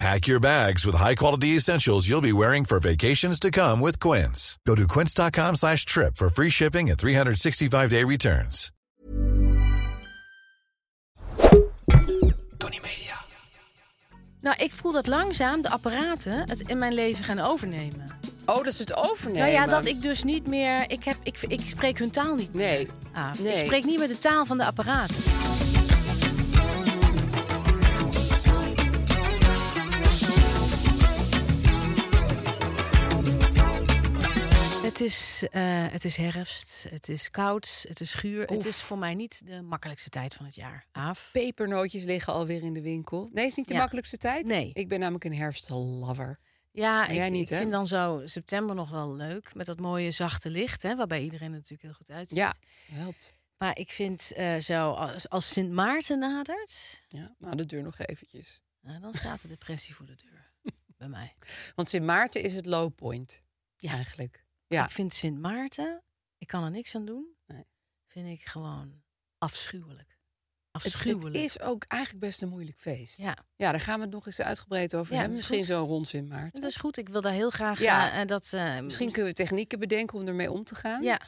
Pack your bags with high-quality essentials you'll be wearing for vacations to come with Quince. Go to quince.com slash trip for free shipping and 365-day returns. Tony Media. Nou, ik voel dat langzaam de apparaten het in mijn leven gaan overnemen. Oh, dat ze het overnemen. Nou ja, dat ik dus niet meer... Ik, heb, ik, ik spreek hun taal niet meer. Nee. Aaf. Nee. Ah, Ik spreek niet meer de taal van de apparaten. Het is, eh, het is herfst, het is koud, het is guur. Het Oef. is voor mij niet de makkelijkste tijd van het jaar, Aaf. Pepernootjes liggen alweer in de winkel. Nee, is niet de Ja. makkelijkste tijd. Nee. Ik ben namelijk een herfstlover. Ja, jij ik, niet, ik hè? vind dan zo september nog wel leuk. Met dat mooie zachte licht, hè, waarbij iedereen er natuurlijk heel goed uitziet. Ja, helpt. Maar ik vind eh, zo, als, als Sint Maarten nadert, Ja, nou, dat duurt nog eventjes. nou, dan staat de depressie voor de deur. Bij mij. Want Sint Maarten is het low point. Ja. Eigenlijk. Ja. Ik vind Sint Maarten, ik kan er niks aan doen, Nee. vind ik gewoon afschuwelijk. Het- Afschuwelijk. Het, is ook eigenlijk best een moeilijk feest. Ja. ja, daar gaan we het nog eens uitgebreid over Ja, hebben. dat is Misschien goed. zo rond Sint Maarten. Dat is goed, ik wil daar heel graag Ja. eh, eh, dat... eh, Misschien kunnen we technieken bedenken om ermee om te gaan. Ja.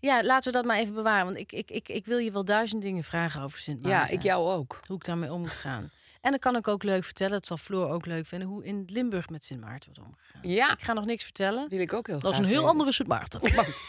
Ja, laten we dat maar even bewaren. Want ik, ik, ik, ik wil je wel duizend dingen vragen over Sint Maarten. ja ik jou ook. hoe ik daarmee om moet gaan. En dan kan ik ook leuk vertellen, dat zal Floor ook leuk vinden, hoe in Limburg met Sint Maarten wordt omgegaan. Ja, Ik ga nog niks vertellen. wil ik ook heel Dat is graag een heel weten. andere Sint Maarten. Maar goed.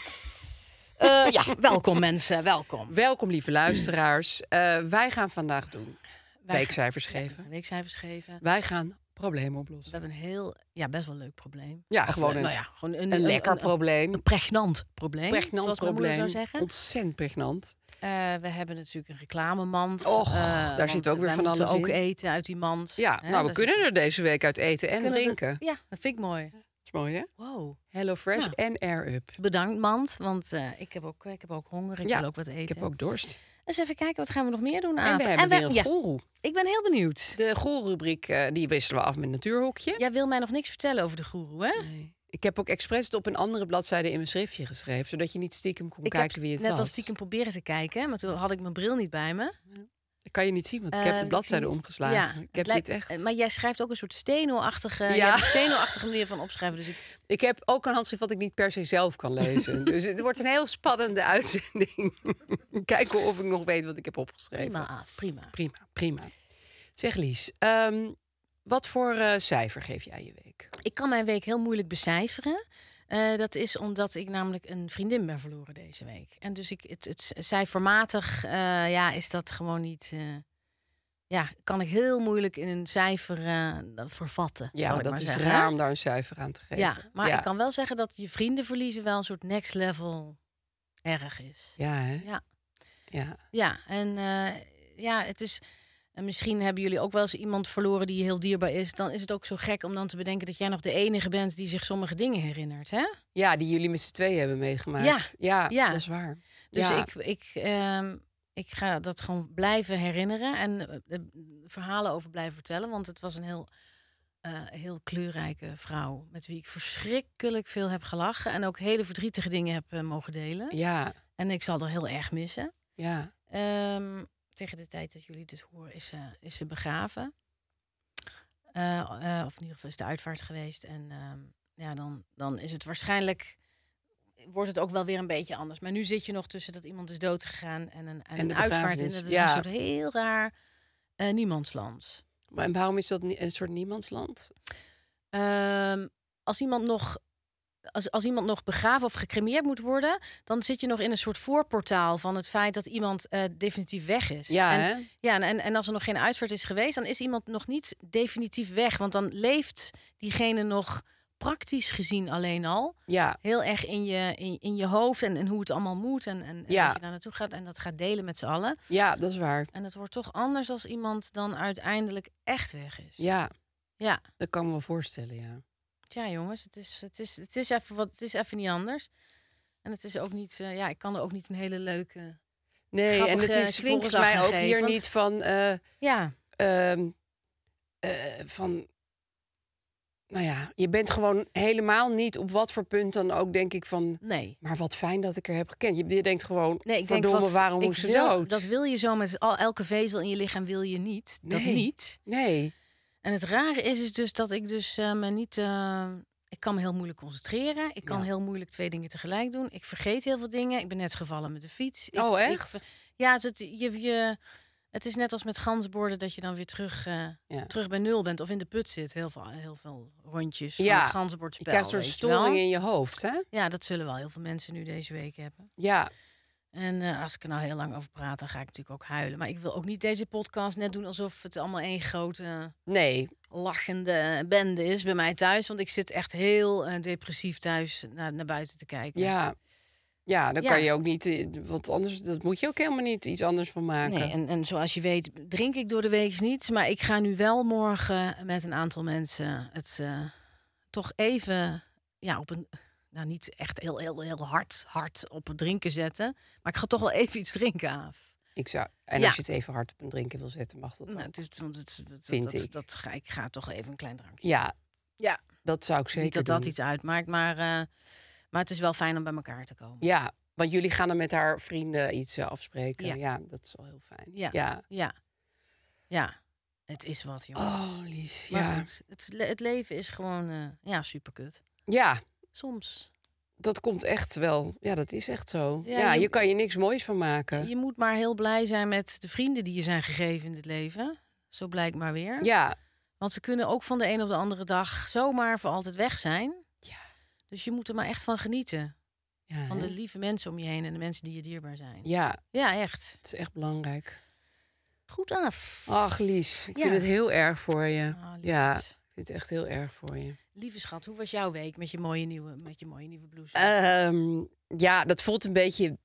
Eh, ja, welkom mensen, welkom. Welkom, lieve luisteraars. Eh, wij gaan vandaag doen. Wij Weekcijfers gaan- geven. Ja, weekcijfers geven. Wij gaan problemen We oplossen. hebben een heel, ja, best wel leuk probleem. Ja, Of gewoon leuk, een, nou ja, gewoon een, een lekker een- probleem. Een pregnant probleem, pregnant zoals mijn probleem. moeder zou zeggen. Ontzettend pregnant. Eh, we hebben natuurlijk een reclamemand. eh, Och, daar want zit ook weer wij van moeten alles ook in. eten uit die mand. Ja, Hè, nou, we daar kunnen zit- er deze week uit eten en kunnen we- drinken. Ja, dat vind ik mooi. is mooi, hè? Wow. Hello Fresh Ja. en Air Up. Bedankt, Mand, want eh, ik, heb ook, ik heb ook honger. Ik Ja, wil ook wat eten. Ik heb ook dorst. Eens even kijken, wat gaan we nog meer doen? En Aaf? we hebben weer een ja, goelroe. Ik ben heel benieuwd. De goelrubriek, eh, die wisselen we af met natuurhokje. Jij wil mij nog niks vertellen over de goeroe, hè? Nee. Ik heb ook expres het op een andere bladzijde in mijn schriftje geschreven, zodat je niet stiekem kon ik kijken heb wie het net was. als stiekem proberen te kijken, maar toen had ik mijn bril niet bij me. Dat kan je niet zien, want ik Eh, heb de zie bladzijde niet. omgeslagen. Ja, ik heb het lijkt- eh, dit echt. Maar jij schrijft ook een soort steno-achtige, Ja. jij hebt een steno-achtige manier van opschrijven. Dus ik, Ik heb ook een handschrift wat ik niet per se zelf kan lezen. dus het wordt een heel spannende uitzending. Kijken of ik nog weet wat ik heb opgeschreven. prima af, prima. prima. prima. Zeg Lies, ehm, wat voor eh, cijfer geef jij je week? Ik kan mijn week heel moeilijk becijferen. Eh, dat is omdat ik namelijk een vriendin ben verloren deze week. En dus ik, het, het, cijfermatig eh, ja, is dat gewoon niet. eh, ja, kan ik heel moeilijk in een cijfer eh, vervatten. zal Ja, ik maar dat maar is zeggen, raar hè? om daar een cijfer aan te geven. Ja, maar ik kan wel zeggen dat je vrienden verliezen wel een soort next level erg is. Ja, hè? Ja. ja. Ja, en eh, ja, het is. En misschien hebben jullie ook wel eens iemand verloren die je heel dierbaar is. Dan is het ook zo gek om dan te bedenken dat jij nog de enige bent die zich sommige dingen herinnert. Hè? Ja, die jullie met z'n tweeën hebben meegemaakt. Ja, ja, ja. dat is waar. Dus Ja. ik, ik, ehm, ik ga dat gewoon blijven herinneren en eh, eh, verhalen over blijven vertellen. Want het was een heel, eh, heel kleurrijke vrouw met wie ik verschrikkelijk veel heb gelachen. En ook hele verdrietige dingen heb eh, mogen delen. Ja, En ik zal er heel erg missen. ja. Ehm, tegen de tijd dat jullie dit horen, is ze, is ze begraven. Eh, eh, of in ieder geval is de uitvaart geweest. En ehm, ja, dan, dan is het waarschijnlijk. Wordt het ook wel weer een beetje anders. Maar nu zit je nog tussen dat iemand is doodgegaan en een, en En de een uitvaart. En begrafenis, dat is ja. een soort heel raar eh, niemandsland. Maar en waarom is dat ni- een soort niemandsland? Ehm, als iemand nog als, als iemand nog begraven of gecremeerd moet worden, dan zit je nog in een soort voorportaal van het feit dat iemand eh, definitief weg is. Ja, en, hè? ja, en, en als er nog geen uitvaart is geweest, dan is iemand nog niet definitief weg. Want dan leeft diegene nog praktisch gezien alleen al. Ja. Heel erg in je, in, in je hoofd en, en hoe het allemaal moet. En, en, en Ja. dat je daar naartoe gaat en dat gaat delen met z'n allen. ja, dat is waar. En het wordt toch anders als iemand dan uiteindelijk echt weg is. Ja, ja. dat kan ik me wel voorstellen, ja. Tja, jongens, het is, het is, het is, even, wat, het is even niet anders. En het is ook niet, eh, ja, ik kan er ook niet een hele leuke. Nee, en Grappige het is volgens vervolgslag mij aan ook geven, hier want- niet van... eh, Ja, ehm, eh, van... Nou ja, je bent gewoon helemaal niet op wat voor punt dan ook, denk ik, van... nee. Maar wat fijn dat ik er heb gekend. Je, je denkt gewoon, Nee, ik denk verdomme, wat, waarom ik moest ze wil- dood? Dat wil je zo met al, elke vezel in je lichaam wil je niet. Dat Nee. niet. Nee, En het rare is, is dus dat ik dus eh, me niet. eh, ik kan me heel moeilijk concentreren. Ik kan Ja. heel moeilijk twee dingen tegelijk doen. Ik vergeet heel veel dingen. Ik ben net gevallen met de fiets. Ik- Oh, ik- echt? ja, het, het- je, je, het is net als met gansborden dat je dan weer terug, eh, Ja. terug bij nul bent of in de put zit. Heel veel, heel veel rondjes Ja. van het je ganzenbordspel. krijgt een soort weet je wel. storing in je hoofd, hè? Ja, dat zullen wel heel veel mensen nu deze week hebben. Ja, En eh, als ik er nou heel lang over praat, dan ga ik natuurlijk ook huilen. Maar ik wil ook niet deze podcast net doen alsof het allemaal één grote nee, lachende bende is bij mij thuis. Want ik zit echt heel eh, depressief thuis naar, naar buiten te kijken. ja. Ja, dan Ja. kan je ook niet... eh, Want anders, dat moet je ook helemaal niet iets anders van maken. Nee, en, en zoals je weet drink ik door de week niets. Maar ik ga nu wel morgen met een aantal mensen het eh, toch even ja, op een... Nou, niet echt heel, heel, heel hard, hard op het drinken zetten. Maar ik ga toch wel even iets drinken af. Ik zou, en Ja. als je het even hard op een drinken wil zetten, mag dat Nou, ook. het is, want het, dat, Vind dat, ik. dat ga, ik ga toch even een klein drankje. Ja, Ja, dat zou ik zeker niet dat doen. dat iets uitmaakt. Maar, eh, maar het is wel fijn om bij elkaar te komen. Ja, want jullie gaan dan met haar vrienden iets eh, afspreken. Ja. Ja. dat is wel heel fijn. Ja. ja. Ja. Ja. Het is wat, jongens. Oh, lief. maar Ja. goed, het, le- het leven is gewoon eh, ja, superkut. ja, Soms. dat komt echt wel. Ja, dat is echt zo. Ja, Ja, je- je kan je niks moois van maken. Je moet maar heel blij zijn met de vrienden die je zijn gegeven in dit leven. Zo blijkt maar weer. Ja, Want ze kunnen ook van de een op de andere dag zomaar voor altijd weg zijn. Ja. Dus je moet er maar echt van genieten. ja, Van hè? de lieve mensen om je heen en de mensen die je dierbaar zijn. ja Ja, echt. het is echt belangrijk. Goed af. Ach, Lies, ik Ja. vind het heel erg voor je. Ah, liefjes. ja, ik vind het echt heel erg voor je. Lieve schat, hoe was jouw week met je mooie nieuwe, met je mooie nieuwe blouse? Ehm, ja, dat voelt een beetje,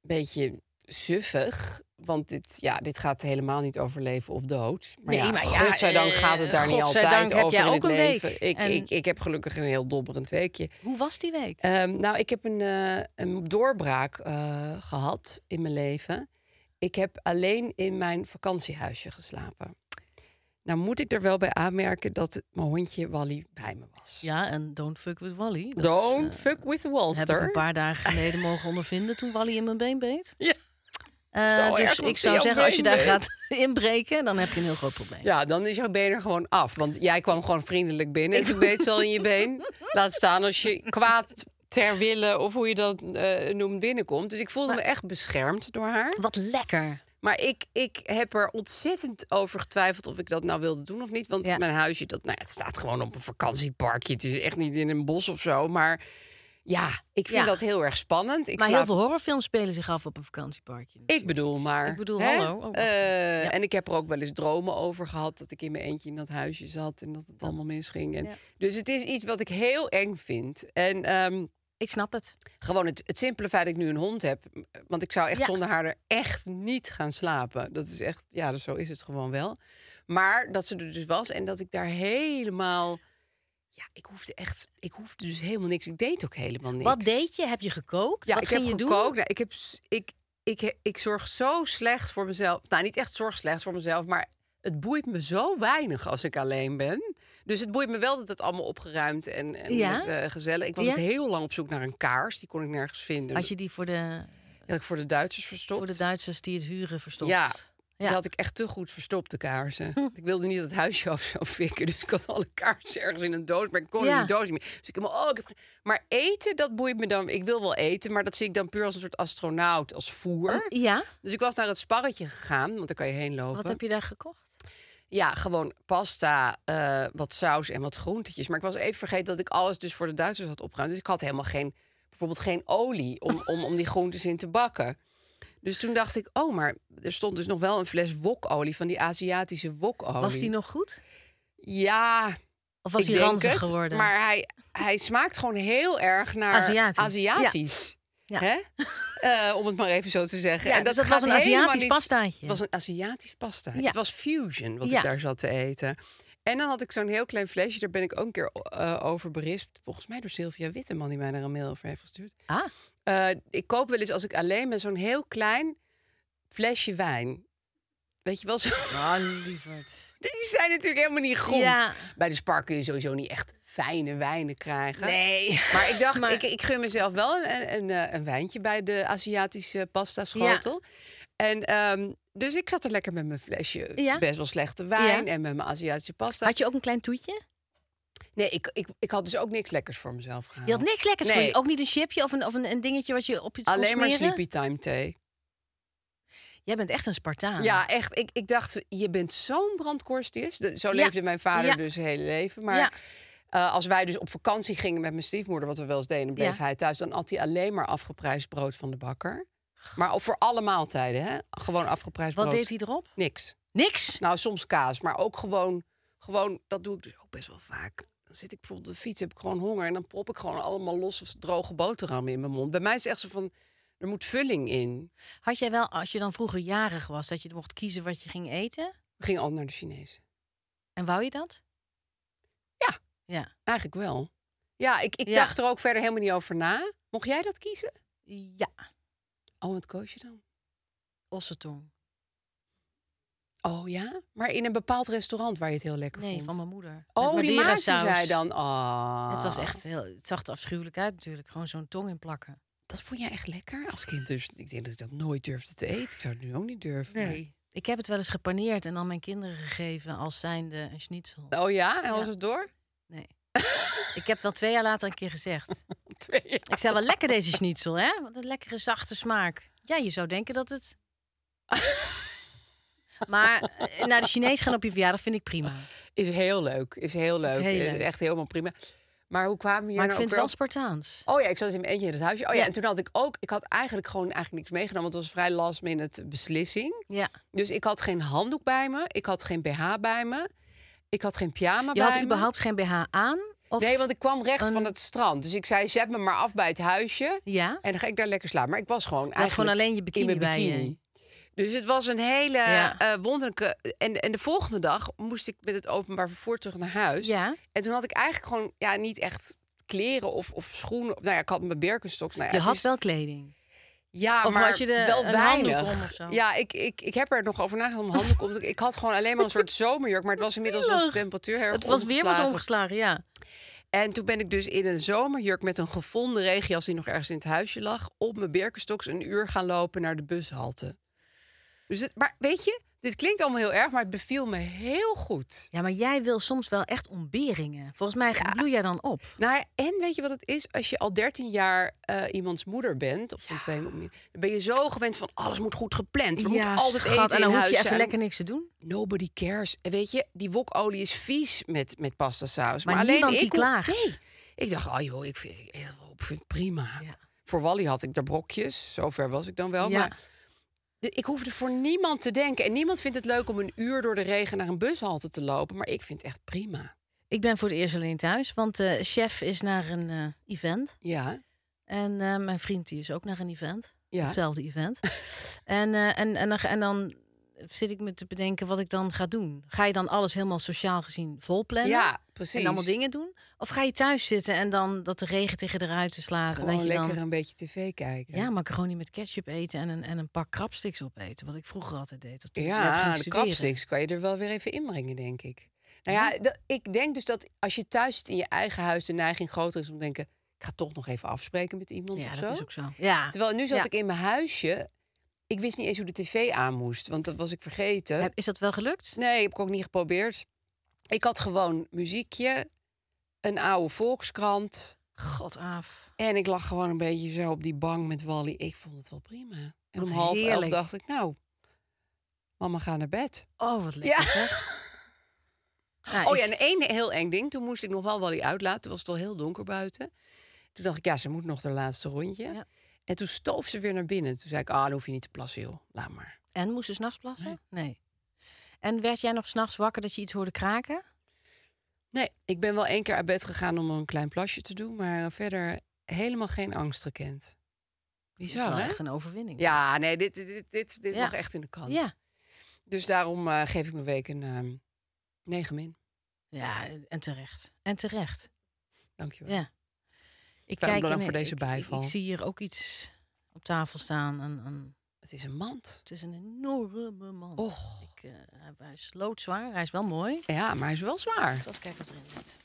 beetje suffig. Want dit, ja, dit gaat helemaal niet over leven of dood. Maar Nee, ja, maar ja, godzijdank eh, gaat het daar niet godzijdank altijd heb over jij in ook het een week. leven. Ik, En- ik, ik heb gelukkig een heel dobberend weekje. Hoe was die week? Ehm, nou, ik heb een, eh, een doorbraak eh, gehad in mijn leven. Ik heb alleen in mijn vakantiehuisje geslapen. Nou moet ik er wel bij aanmerken dat mijn hondje Wally bij me was. Ja, en Don't Fuck With Wally. Dat, Don't eh, fuck with the Heb ik Walster. een paar dagen geleden mogen ondervinden toen Wally in mijn been beet. Ja. Eh, Zo erg dus dat ik hij zou jouw zeggen, als je been daar beet. gaat inbreken, dan heb je een heel groot probleem. Ja, dan is jouw been er gewoon af. Want jij kwam gewoon vriendelijk binnen. En toen beet ze al in je been. Laat staan als je kwaad ter wille of hoe je dat eh, noemt binnenkomt. Dus ik voelde me echt beschermd door haar. Wat lekker. Maar ik, ik heb er ontzettend over getwijfeld of ik dat nou wilde doen of niet. Want Ja. mijn huisje, dat, nou, ja, het staat gewoon op een vakantieparkje. Het is echt niet in een bos of zo. Maar ja, ik vind Ja. dat heel erg spannend. Ik maar slaap heel veel horrorfilms spelen zich af op een vakantieparkje. ik bedoel maar. Ik bedoel, hè? hallo. Oh, wacht Eh, even. Ja. En ik heb er ook wel eens dromen over gehad. Dat ik in mijn eentje in dat huisje zat en dat het allemaal misging. En, Ja. Dus het is iets wat ik heel eng vind. En ehm, Ik snap het. gewoon het, het simpele feit dat ik nu een hond heb. Want ik zou echt Ja. zonder haar er echt niet gaan slapen. Dat is echt, ja, dus zo is het gewoon wel. Maar dat ze er dus was en dat ik daar helemaal. Ja, ik hoefde echt. Ik hoefde dus helemaal niks. Ik deed ook helemaal niks. Wat deed je? Heb je gekookt? Ja, Wat ik ging heb je gekookt. doen? Nou, ik, heb, s- ik, ik, he- ik zorg zo slecht voor mezelf. Nou, niet echt zorg slecht voor mezelf, maar het boeit me zo weinig als ik alleen ben. Dus het boeit me wel dat het allemaal opgeruimd en, en Ja? met, eh, gezellig. Ik was Ja? ook heel lang op zoek naar een kaars. Die kon ik nergens vinden. Als je die voor de, Die had ik voor de Duitsers verstopt. voor de Duitsers die het huren verstopt. Ja. Ja. Hm. Die had ik echt te goed verstopt, de kaarsen. ik wilde niet dat het huisje af zou fikken. Dus ik had alle kaarsen ergens in een doos. Maar ik kon Ja. in die doos niet meer. Dus ik helemaal, oh, ik heb... ge- Maar eten, dat boeit me dan. Ik wil wel eten, maar dat zie ik dan puur als een soort astronaut, als voer. Ja? Dus ik was naar het sparretje gegaan, want daar kan je heen lopen. Wat heb je daar gekocht? Ja, gewoon pasta, eh, wat saus en wat groentetjes. Maar ik was even vergeten dat ik alles dus voor de Duitsers had opgeruimd. Dus ik had helemaal geen, bijvoorbeeld geen olie om, om, om die groentes in te bakken. Dus toen dacht ik, oh, maar er stond dus nog wel een fles wokolie van die Aziatische wokolie. Was die nog goed? Ja, Of was ik die denk ranzig het, geworden? Maar hij, hij smaakt gewoon heel erg naar Aziatisch. Aziatisch. Ja. Hè? Eh, om het maar even zo te zeggen. Ja, en dat dus dat gaat was een helemaal Aziatisch niet- pastaatje. Het was een Aziatisch pasta. Ja. Het was fusion wat Ja. ik daar zat te eten. En dan had ik zo'n heel klein flesje. Daar ben ik ook een keer eh, over berispt. Volgens mij door Sylvia Witteman, die mij daar een mail over heeft gestuurd. Ah, Eh, ik koop wel eens als ik alleen ben zo'n heel klein flesje wijn. Weet je wel, zo, oh, lieverd. die zijn natuurlijk helemaal niet goed. Ja. Bij de spar kun je sowieso niet echt fijne wijnen krijgen. Nee. Maar ik dacht, Maar- ik, ik gun mezelf wel een, een, een, eh, een wijntje bij de Aziatische pasta schotel. En ehm, dus ik zat er lekker met mijn flesje Ja. best wel slechte wijn Ja. en met mijn Aziatische pasta. Had je ook een klein toetje? Nee, ik, ik, ik had dus ook niks lekkers voor mezelf gehaald. Je had niks lekkers voor Nee. je. Ook niet een chipje of een, of een, een dingetje wat je op je kon Alleen maar smeren? sleepy time thee. Jij bent echt een Spartaan. Ja, echt. Ik, ik dacht, je bent zo'n brandkorstjes. De- Zo Ja. leefde mijn vader Ja. dus zijn hele leven. Maar Ja. eh, als wij dus op vakantie gingen met mijn stiefmoeder, wat we wel eens deden, dan bleef Ja. hij thuis. Dan at hij alleen maar afgeprijsd brood van de bakker. Maar voor alle maaltijden, hè? Gewoon afgeprijsd Wat brood. deed hij erop? Niks. Niks. Nou, soms kaas, maar ook gewoon, gewoon, dat doe ik dus ook best wel vaak. Dan zit ik bijvoorbeeld op de fiets, heb ik gewoon honger en dan prop ik gewoon allemaal losse droge boterhammen in mijn mond. Bij mij is het echt zo van, er moet vulling in. Had jij wel, als je dan vroeger jarig was, dat je mocht kiezen wat je ging eten? We gingen al naar de Chinees. En wou je dat? Ja. Ja. Eigenlijk wel. Ja, ik, ik Ja. dacht er ook verder helemaal niet over na. Mocht jij dat kiezen? Ja. Oh, wat koos je dan? Ossentong. Oh ja? Maar in een bepaald restaurant waar je het heel lekker Nee, vond. van mijn moeder. oh, Met die maakte Madeira-saus. zij dan. Oh. Het was echt heel, het zag er afschuwelijk uit natuurlijk. Gewoon zo'n tong in plakken. Dat vond jij echt lekker als kind. Dus ik denk dat ik dat nooit durfde te eten. Ik zou het nu ook niet durven. Ik heb het wel eens gepaneerd en dan mijn kinderen gegeven als zijnde een schnitzel. Oh ja? En was Ja. het door? Nee. ik heb wel twee jaar later een keer gezegd. Twee jaar. Ik zei wel lekker deze schnitzel, hè? Wat een lekkere zachte smaak. Ja, je zou denken dat het... maar eh, naar de Chinees gaan op je verjaardag vind ik prima. Is heel leuk. Is heel leuk. heel Is leuk. echt helemaal prima. Maar hoe kwamen we hier Maar ik nou vind het ook wel weer op? Spartaans. Oh ja, ik zat in mijn eentje in het huisje. Oh ja, Ja. en toen had ik ook... Ik had eigenlijk gewoon eigenlijk niks meegenomen. Want het was vrij last minute beslissing. Ja. Dus ik had geen handdoek bij me. Ik had geen BH bij me. Ik had geen pyjama Je bij had me. überhaupt geen BH aan? Of... Nee, want ik kwam recht een- van het strand. Dus ik zei, zet me maar af bij het huisje. Ja? En dan ga ik daar lekker slapen. Maar ik was gewoon had gewoon eigenlijk alleen je in bikini mijn bij je. bikini. Dus het was een hele Ja. eh, wonderlijke... En, en de volgende dag moest ik met het openbaar vervoer terug naar huis. Ja. En toen had ik eigenlijk gewoon ja, niet echt kleren of, of schoenen. Nou ja, ik had mijn Birkenstocks. Nou ja, Je het had is- wel kleding. Ja, Of maar had je er wel een weinig. handdoek om of zo? Ja, ik, ik, ik heb er nog over nagedacht om een handdoek om. te- Ik had gewoon alleen maar een soort zomerjurk, maar het was inmiddels was de Zielig. temperatuur heel erg Het was weer was omgeslagen. omgeslagen, ja. En toen ben ik dus in een zomerjurk met een gevonden regenjas die nog ergens in het huisje lag, op mijn Birkenstocks een uur gaan lopen naar de bushalte. Dus het, maar weet je, dit klinkt allemaal heel erg, maar het beviel me heel goed. Ja, maar jij wil soms wel echt ontberingen. Volgens mij bloei jij dan op. Nou, ja, en weet je wat het is? Als je al 13 jaar eh, iemands moeder bent, of van twee, dan ben je zo gewend van alles moet goed gepland. We moeten altijd schat, eten En dan in hoef huis je even zijn. lekker niks te doen. Nobody cares. En Weet je, die wokolie is vies met, met pasta saus. Maar Maar, alleen niemand ik die kon- klaagt. Nee. Ik dacht, oh joh, ik vind, ik vind het prima. Ja. Voor Wally had ik daar brokjes. Zover was ik dan wel. Ja. Maar de- ik hoefde voor niemand te denken. En niemand vindt het leuk om een uur door de regen naar een bushalte te lopen. Maar ik vind het echt prima. Ik ben voor het eerst alleen thuis, want eh, chef is naar een eh, event. Ja, En eh, mijn vriend die is ook naar een event. ja. Hetzelfde event. en, eh, en, en, dan- en dan zit ik me te bedenken wat ik dan ga doen. Ga je dan alles helemaal sociaal gezien volplannen? ja precies. En allemaal dingen doen? Of ga je thuis zitten en dan dat de regen tegen de ruiten slaat? en dat Gewoon je dan lekker een beetje tv kijken. Ja, macaroni met ketchup eten en een, en een pak krabsticks opeten. Wat ik vroeger altijd deed. Dat toen ik net ging Ja, de studeren. kapsticks kan je er wel weer even inbrengen, denk ik. Nou ja, dat- ik denk dus dat als je thuis zit in je eigen huis... de neiging groter is om te denken... ik ga toch nog even afspreken met iemand Ja, of dat zo. is ook zo. Ja. Terwijl nu zat Ja. ik in mijn huisje... ik wist niet eens hoe de tv aan moest. Want dat was ik vergeten. Heb- Is dat wel gelukt? Nee, heb ik ook niet geprobeerd. Ik had gewoon muziekje, een oude volkskrant... God af. en ik lag gewoon een beetje zo op die bank met Wally. Ik vond het wel prima. En Wat om half elf heerlijk. dacht ik, nou... mama, ga naar bed. Oh, wat lekker. Ja. hè? Nou, Oh ik- ja, en één heel eng ding. Toen moest ik nog wel Wally uitlaten. Toen was het al heel donker buiten. Toen dacht ik, ja, ze moet nog de laatste rondje. Ja. En toen stoof ze weer naar binnen. Toen zei ik, ah, dan hoef je niet te plassen, joh. Laat maar. En moest ze s'nachts plassen? Nee. En werd jij nog s'nachts wakker dat je iets hoorde kraken? Nee, ik ben wel één keer uit bed gegaan om een klein plasje te doen. Maar verder helemaal geen angst gekend. Dat Bizar, was hè? echt een overwinning. Ja, nee, dit, dit, dit, dit Ja. mag echt in de kant. Ja. Dus daarom eh, geef ik mijn week een ehm 9 min. ja, en terecht. En terecht. Dankjewel. Ja. Ik Fijn, bedankt en voor deze ik- ik- bijval. Ik, zie hier ook iets op tafel staan. Een, een, Het is een mand. het is een enorme mand. Och. Ik, eh, hij- hij is loodzwaar, hij is wel mooi. Ja, maar hij is wel zwaar. Eens kijken wat erin zit.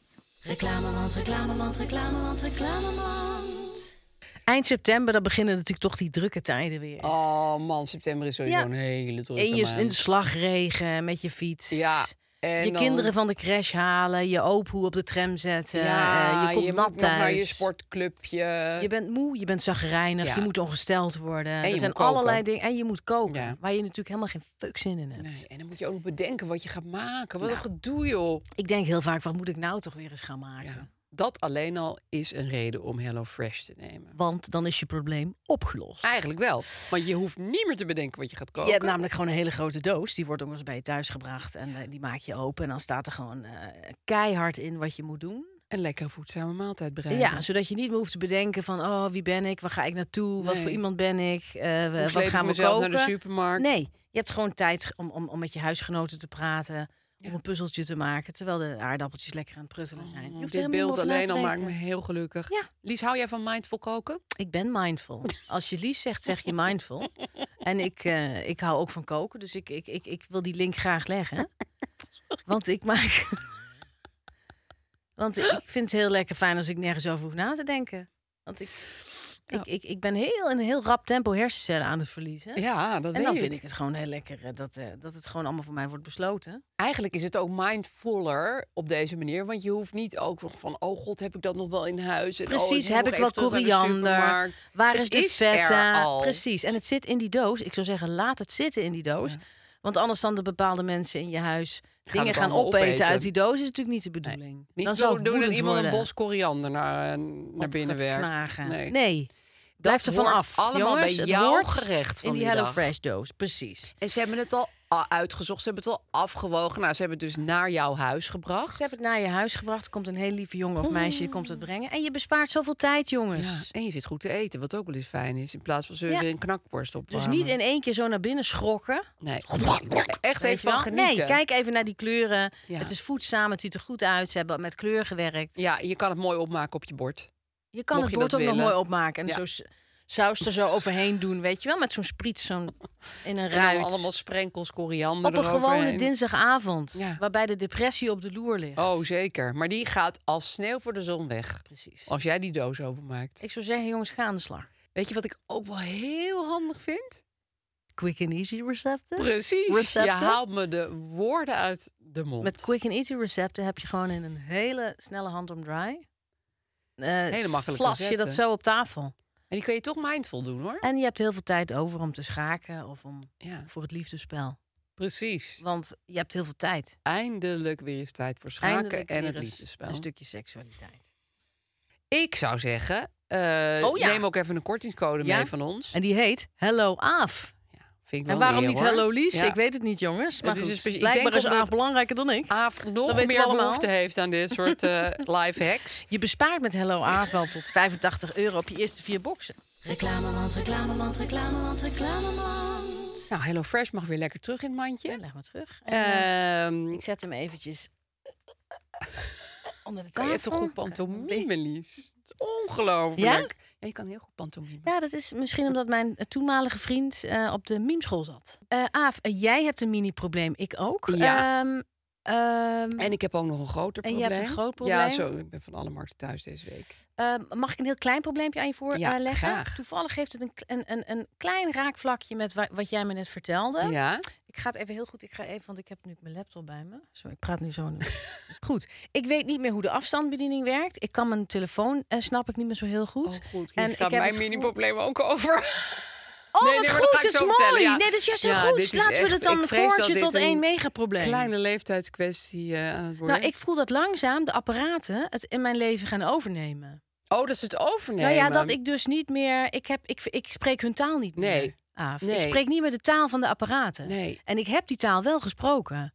Reclamemand, reclamemand, reclamemand, reclamemand. Eind september, dan beginnen natuurlijk toch die drukke tijden weer. Oh man, september is sowieso Ja. een hele drukke in, je, in de maand. slagregen, met je fiets. Ja. En je dan- kinderen van de crash halen, je opoe op de tram zetten, Ja, eh, je komt moet nat nog thuis. naar je sportclubje. Je bent moe, je bent zagrijnig, Ja. je moet ongesteld worden. je er zijn moet koken. allerlei dingen. En je moet koken, Ja. waar je natuurlijk helemaal geen fuck zin in hebt. Nee, en dan moet je ook nog bedenken wat je gaat maken. Wat een gedoe, joh. Ik denk heel vaak, wat moet ik nou toch weer eens gaan maken? Ja. Dat alleen al is een reden om Hello Fresh te nemen. Want dan is je probleem opgelost. Eigenlijk wel. Want je hoeft niet meer te bedenken wat je gaat koken. Je hebt namelijk gewoon een hele grote doos. Die wordt ook nog eens bij je thuis gebracht. En eh, die maak je open. En dan staat er gewoon eh, keihard in wat je moet doen. Een lekkere voedzame maaltijd bereiden. Ja, eh, zodat je niet meer hoeft te bedenken van... oh, wie ben ik? Waar ga ik naartoe? Wat Nee. voor iemand ben ik? Eh, we- Hoe wat sleep gaan ik we mezelf koken? naar de supermarkt? Nee, je hebt gewoon tijd om, om, om met je huisgenoten te praten... om een puzzeltje te maken... terwijl de aardappeltjes lekker aan het pruttelen zijn. Je hoeft er Oh, Dit helemaal beeld niet over na alleen te al maakt denken. me heel gelukkig. Ja. Lies, hou jij van mindful koken? Ik ben mindful. Als je Lies zegt, zeg je mindful. En ik, eh, ik hou ook van koken, dus ik, ik, ik, ik wil die link graag leggen. Want ik maak. Want ik vind het heel lekker fijn als ik nergens over hoef na te denken. Want ik, ik, ik, ik ben heel, in een heel rap tempo hersencellen aan het verliezen. Ja, dat en weet dan ik. vind ik het gewoon heel lekker eh, dat, eh, dat het gewoon allemaal voor mij wordt besloten. Eigenlijk is het ook mindfuller op deze manier. Want je hoeft niet ook nog van... oh god, heb ik dat nog wel in huis? En, oh, Precies, moet heb nog ik wel even terug naar de koriander? supermarkt. Waar Het is de er feta? al. Precies. En het zit in die doos. Ik zou zeggen, laat het zitten in die doos. Want anders dan de bepaalde mensen in je huis dingen het gaan allemaal opeten, opeten. uit die doos. is natuurlijk niet de bedoeling. Niet dan zo zou ik doen dat woedend iemand een worden. bos koriander naar, eh, naar Op binnen gaat werkt. knagen. Nee. Dat Blijf er van hoort af. allemaal jongens, bij het jouw hoort gerecht van in die, die dag. Hello Fresh doos. Precies. En ze hebben het al a- uitgezocht, ze hebben het al afgewogen. Nou, ze hebben het dus naar jouw huis gebracht. Ze hebben het naar je huis gebracht. Er komt een heel lieve jongen of meisje, die komt het brengen. En je bespaart zoveel tijd, ja, jongens. en je zit goed te eten, wat ook wel eens fijn is. In plaats van ze weer een knakworst op. Dus niet in één keer zo naar binnen schrokken. Nee, Weet echt je even van wel? genieten. Nee, kijk even naar die kleuren. Ja. Het is voedzaam, het ziet er goed uit. Ze hebben met kleur gewerkt. Ja, je kan het mooi opmaken op je bord. Je kan Mocht het je bord dat ook nog willen. mooi opmaken. En Ja. zo s- saus er zo overheen doen, weet je wel? Met zo'n spriet zo'n in een En dan ruit. allemaal sprenkels, koriander Op een gewone eroverheen. dinsdagavond. Ja. Waarbij de depressie op de loer ligt. Oh, zeker. Maar die gaat als sneeuw voor de zon weg. Precies. Als jij die doos openmaakt. Ik zou zeggen, jongens, ga aan de slag. Weet je wat ik ook wel heel handig vind? Quick and easy recepten. Precies. Recepten? Je haalt me de woorden uit de mond. Met quick and easy recepten heb je gewoon in een hele snelle hand-om-dry... eh, makkelijke Flas je dat recepten. zo op tafel. En die kun je toch mindful doen, hoor. En je hebt heel veel tijd over om te schaken of om Hm? Ja, voor het liefdespel. precies. Want je hebt heel veel tijd. Eindelijk weer eens tijd voor schaken Eindelijk en weer het eens liefdespel. Een stukje seksualiteit. Ik zou zeggen, eh, Oh, ja. neem ook even een kortingscode Ja? mee van ons. En die heet Hello Aaf. Vind ik wel En een waarom eer, niet hoor. Hello Lies? Ja. Ik weet het niet, jongens. Maar is goed, een specie- ik blijkbaar denk is omdat- Aaf belangrijker dan ik. Aaf nog weten we meer allemaal. behoefte heeft aan dit soort eh live hacks. Je bespaart met Hello Aaf wel tot 85 euro op je eerste vier boxen. Reclamemand, reclamemand, reclamemand, reclamemand. Nou, HelloFresh mag weer lekker terug in het mandje. Leg maar terug. En, eh, Ehm ik zet hem eventjes eh, onder de kan tafel. je toch goed pantomime, Lies? Het is Ongelooflijk. Ja? je kan heel goed pantomime. Ja, dat is misschien omdat mijn toenmalige vriend eh, op de miemschool zat. Eh, Aaf, eh, jij hebt een mini-probleem, ik ook. Ja. Ehm, ehm, En ik heb ook nog een groter En je probleem. hebt een groot Ja, probleem? zo, ik ben van alle markten thuis deze week. ehm, mag ik een heel klein probleempje aan je Ja, voorleggen? graag. Toevallig heeft het een, k- een, een, een klein raakvlakje met wa- wat jij me net vertelde. Ja, Ik ga het even heel goed. Ik ga even, want ik heb nu mijn laptop bij me. Zo, ik praat nu zo. nu. goed. Ik weet niet meer hoe de afstandsbediening werkt. Ik kan mijn telefoon, eh, snap ik niet meer zo heel goed. oh, goed. En en ik gaat heb mijn het gevoel- mini-probleem ook over. Oh, Nee, wat nee, maar dat goed, ga ik het is zo mooi. vertellen, ja. Nee, dat is juist heel Ja, dit goed. Dus is Laten we echt- het dan ik een vrees dat voortje dit tot een één megaprobleem. Kleine leeftijdskwestie eh, aan het worden. Nou, ik voel dat langzaam de apparaten het in mijn leven gaan overnemen. Oh, dat is het overnemen. Nou ja, dat ik dus niet meer... Ik, heb, ik, ik spreek hun taal niet Nee. meer, Aaf. Ik Nee. spreek niet meer de taal van de apparaten. Nee. En ik heb die taal wel gesproken.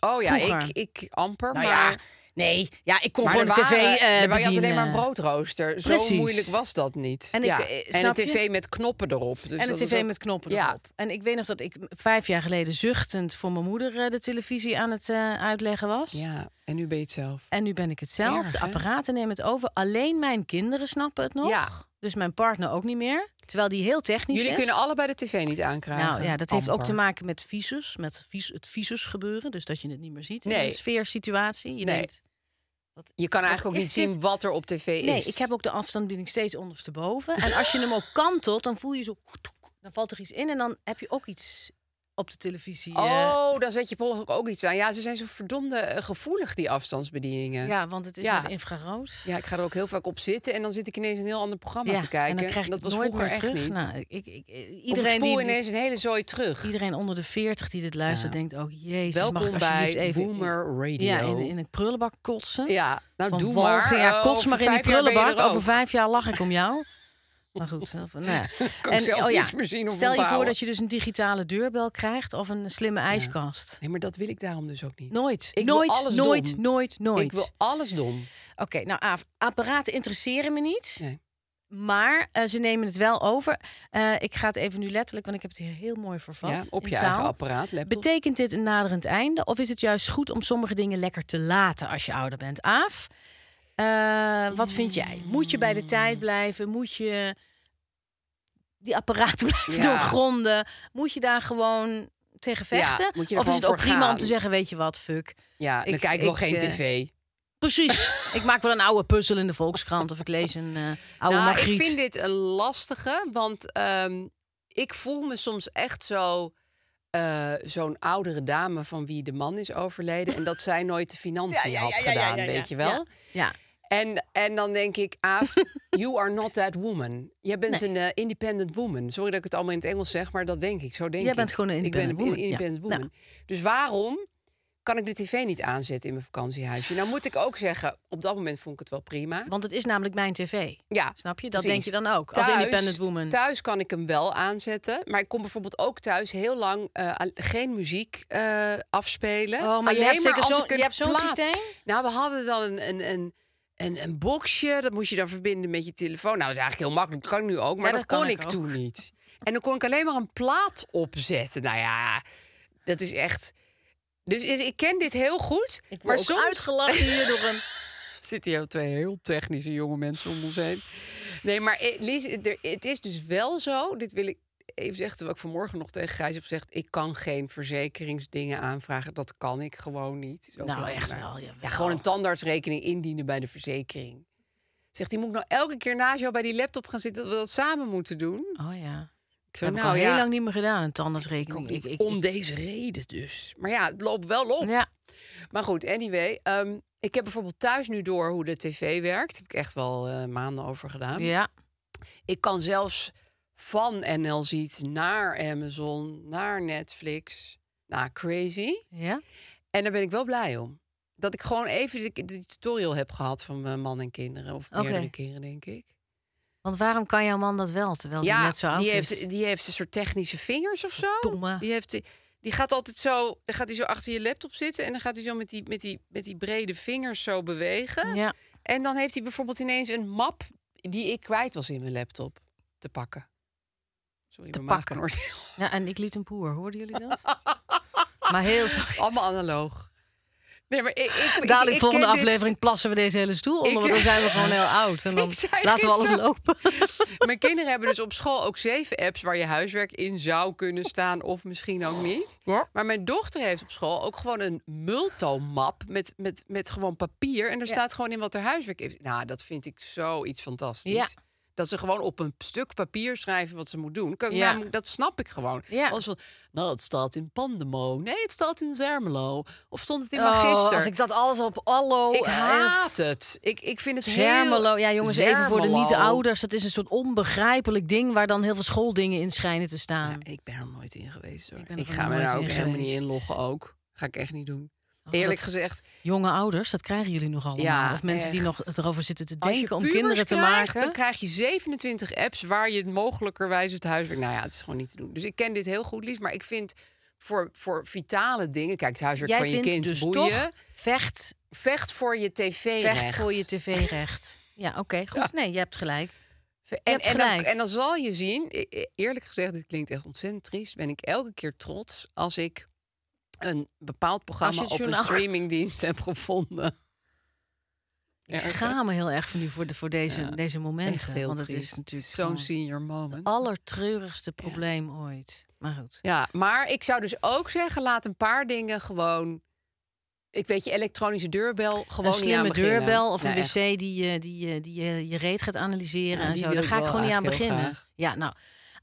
Oh ja, Vroeger. ik, ik amper, Nou maar... ja, nee. Ja, ik kon Maar gewoon de er tv waren- eh er waren- je had alleen bedienen. maar een broodrooster. Zo Precies. moeilijk was dat niet. En ik, ja. eh, en een snap je? tv met knoppen erop. Dus en een dat was tv ook- met knoppen Ja. erop. En ik weet nog dat ik vijf jaar geleden zuchtend voor mijn moeder eh, de televisie aan het eh, uitleggen was. Ja, en nu ben je het zelf. En nu ben ik het zelf. Erg, de hè? apparaten nemen het over. Alleen mijn kinderen snappen het nog. Ja. Dus mijn partner ook niet meer. Terwijl die heel technisch Jullie is. kunnen allebei de tv niet aankrijgen. Nou ja, dat heeft ook Amper. te maken met visus. Met vis, het visus gebeuren. Dus dat je het niet meer ziet in Nee. een sfeersituatie. Je Nee. denkt, Je kan eigenlijk ook Is niet dit- zien wat er op tv is. nee, ik heb ook de afstandsbediening steeds ondersteboven. En als je hem ook kantelt, dan voel je zo... Dan valt er iets in en dan heb je ook iets op de televisie. eh, Oh, daar zet je per ongeluk ook iets aan. Ja, ze zijn zo verdomde eh, gevoelig, die afstandsbedieningen. Ja, want het is Ja. met infrarood. Ja, ik ga er ook heel vaak op zitten en dan zit ik ineens een heel ander programma te kijken. en dan krijg ik dat het was nooit vroeger meer echt terug. niet. Nou, ik, ik, ik- Iedereen of ik iedereen, spoel die, ineens een hele zooi terug. iedereen onder de 40 die dit luistert, Ja. denkt ook... Jezus, mag ik Welkom alsjeblieft bij even in- Boomer Radio. ja, in, in een prullenbak kotsen? Ja, nou Van doe walgen. maar. Ja, Eh, kots over maar in die vijf jaar ben je prullenbak. er ook. Over vijf jaar lach ik om jou. Maar goed, eh, van, nou ja. Kan ik zelf niks meer zien of Stel je voor onthouden. dat je dus een digitale deurbel krijgt of een slimme ijskast. Nee, maar dat wil ik daarom dus ook niet. Nooit, Ik wil nooit, alles nooit, dom. nooit, nooit. Ik wil alles dom. Oké, nou Aaf, apparaten interesseren me niet. Nee. Maar eh, ze nemen het wel over. Eh, ik ga het even nu letterlijk, want ik heb het hier heel mooi vervat. Ja, op in je eigen taal. apparaat, laptop. Betekent dit een naderend einde? Of is het juist goed om sommige dingen lekker te laten als je ouder bent? Aaf, eh, wat vind jij? Moet je bij de Mm. tijd blijven? Moet je die apparaten blijven Ja. doorgronden? Moet je daar gewoon tegen Ja, vechten? moet je er of is gewoon het ook voor prima om gaan? te zeggen, weet je wat, fuck. ja, dan ik- kijk ik wel ik, geen eh, tv. Precies. ik maak wel een oude puzzel in de Volkskrant of ik lees een eh, oude nou, Margriet. Ik vind dit een lastige, want ehm, ik voel me soms echt zo... eh, Zo'n oudere dame van wie de man is overleden. En dat zij nooit de financiën had gedaan, weet je wel. Ja. En, en dan denk ik, Aaf, you are not that woman. Jij bent Nee. een eh, independent woman. Sorry dat ik het allemaal in het Engels zeg, maar dat denk ik. Zo denk Jij ik. bent gewoon een independent ik ben een woman, ja. independent Nou. woman. Dus waarom kan ik de tv niet aanzetten in mijn vakantiehuisje? Nou moet ik ook zeggen, op dat moment vond ik het wel prima. Want het is namelijk mijn tv. Ja, Snap je? Dat precies. denk je dan ook, als independent woman. Thuis kan ik hem wel aanzetten. Maar ik kon bijvoorbeeld ook thuis heel lang eh, al- geen muziek eh, afspelen. Oh, maar je Alleen hebt zeker als zo'n- ik een je hebt zo'n plaat- systeem? Nou, we hadden dan een, een, een, een, een boxje. Dat moest je dan verbinden met je telefoon. Nou, dat is eigenlijk heel makkelijk. Dat kan ik nu ook. Maar Ja, dat, dat kan kon ik ik ook. toen niet. En dan kon ik alleen maar een plaat opzetten. Nou ja, dat is echt... Dus is- ik ken dit heel goed. Ik word maar ook soms uitgelachen hier door een... zitten hier twee heel technische jonge mensen om ons heen. Nee, maar eh, Lies, er- het is dus wel zo. Dit wil ik even zeggen, terwijl ik vanmorgen nog tegen Gijs heb gezegd... ik kan geen verzekeringsdingen aanvragen. Dat kan ik gewoon niet. Is ook Nou, heel echt raar. wel. Ja, gewoon een tandartsrekening indienen bij de verzekering. Zegt, die moet ik nou elke keer naast jou bij die laptop gaan zitten... dat we dat samen moeten doen? Oh ja. Dat Ik nou heb ik al heel lang niet meer gedaan, een tandartsrekening. Ik, ik, om deze reden dus. Maar ja, het loopt wel op. ja. Maar goed, anyway. ehm, ik heb bijvoorbeeld thuis nu door hoe de tv werkt. Heb ik echt wel eh, maanden over gedaan. ja. Ik kan zelfs van NL Ziet naar Amazon, naar Netflix, naar Crazy. Ja. En daar ben ik wel blij om. Dat ik gewoon even de, de tutorial heb gehad van mijn man en kinderen. Of Oké. meerdere keren, denk ik. Want waarom kan jouw man dat wel, terwijl die net zo oud die is? heeft, die heeft een soort technische vingers of zo. Verdomme. Die, heeft, die gaat altijd zo, dan gaat hij zo achter je laptop zitten... en dan gaat hij zo met die, met die, met die brede vingers zo bewegen. Ja. En dan heeft hij bijvoorbeeld ineens een map die ik kwijt was in mijn laptop te pakken. Sorry, Te mijn maag pakken. knort. ja, en ik liet een boer, hoorden jullie dat? maar heel zacht. Allemaal analoog. Nee, maar ik, ik, ik- Dadelijk ik volgende ken dit- aflevering plassen we deze hele stoel onder, Ik- want dan zijn we gewoon heel oud. En dan Ik zei laten we alles gisteren- lopen. Mijn kinderen hebben dus op school ook zeven apps waar je huiswerk in zou kunnen staan of misschien ook niet. Ja. Maar mijn dochter heeft op school ook gewoon een multomap met, met, met gewoon papier en daar staat gewoon in wat haar huiswerk is. Nou, dat vind ik zoiets fantastisch. Ja. Dat ze gewoon op een stuk papier schrijven wat ze moet doen. Kan ik Ja. namelijk- dat snap ik gewoon. Ja. Als we- nou, het staat in Pandemo. Nee, het staat in Zermelo. Of stond het in Oh, Magister. als ik dat alles op Allo... Ik eh, haat het. Ik, ik vind het Zermelo, heel... ja jongens, even voor de Zermelo. niet-ouders. Dat is een soort onbegrijpelijk ding waar dan heel veel schooldingen in schijnen te Ja, staan. ik ben er nooit in geweest hoor. Ik Ik, ben er ga ook me nooit daar in ook helemaal niet geweest. in loggen ook. Ga ik echt niet doen. Oh, Eerlijk dat- gezegd, Jonge ouders, dat krijgen jullie nog allemaal. Ja, of mensen die echt. nog het erover zitten te als je denken om pubers kinderen te krijgt, maken. dan krijg je 27 apps waar je het mogelijkerwijs het huiswerk... Nou ja, het is gewoon niet te doen. Dus ik ken dit heel goed, Lies. Maar ik vind voor, voor vitale dingen... Kijk, het huiswerk Jij van je vindt kind dus boeien. toch vecht, Vecht voor je tv-recht. vecht voor je tv-recht. Ja, oké, goed. Nee, je hebt gelijk. En, hebt en, dan, gelijk. en dan zal je zien, e- e- eerlijk gezegd, dit klinkt echt ontzettend triest. Ben ik elke keer trots als ik een bepaald programma het op een journaal- streamingdienst heb gevonden. Ik Erg, hè? schaam me heel erg voor nu voor, de, voor deze, deze momenten. Echt heel want het triest. is natuurlijk zo'n gewoon senior moment. het allertreurigste probleem ooit. Maar goed. Ja, maar ik zou dus ook zeggen, laat een paar dingen gewoon. Ik weet je, elektronische deurbel gewoon een niet slimme aan beginnen. deurbel of een Nee, wc echt. die, je, die, je- die je, je reet gaat analyseren Ja, en die zo. wil Daar ik ga ik wel gewoon niet aan eigenlijk heel beginnen. graag. Ja, nou.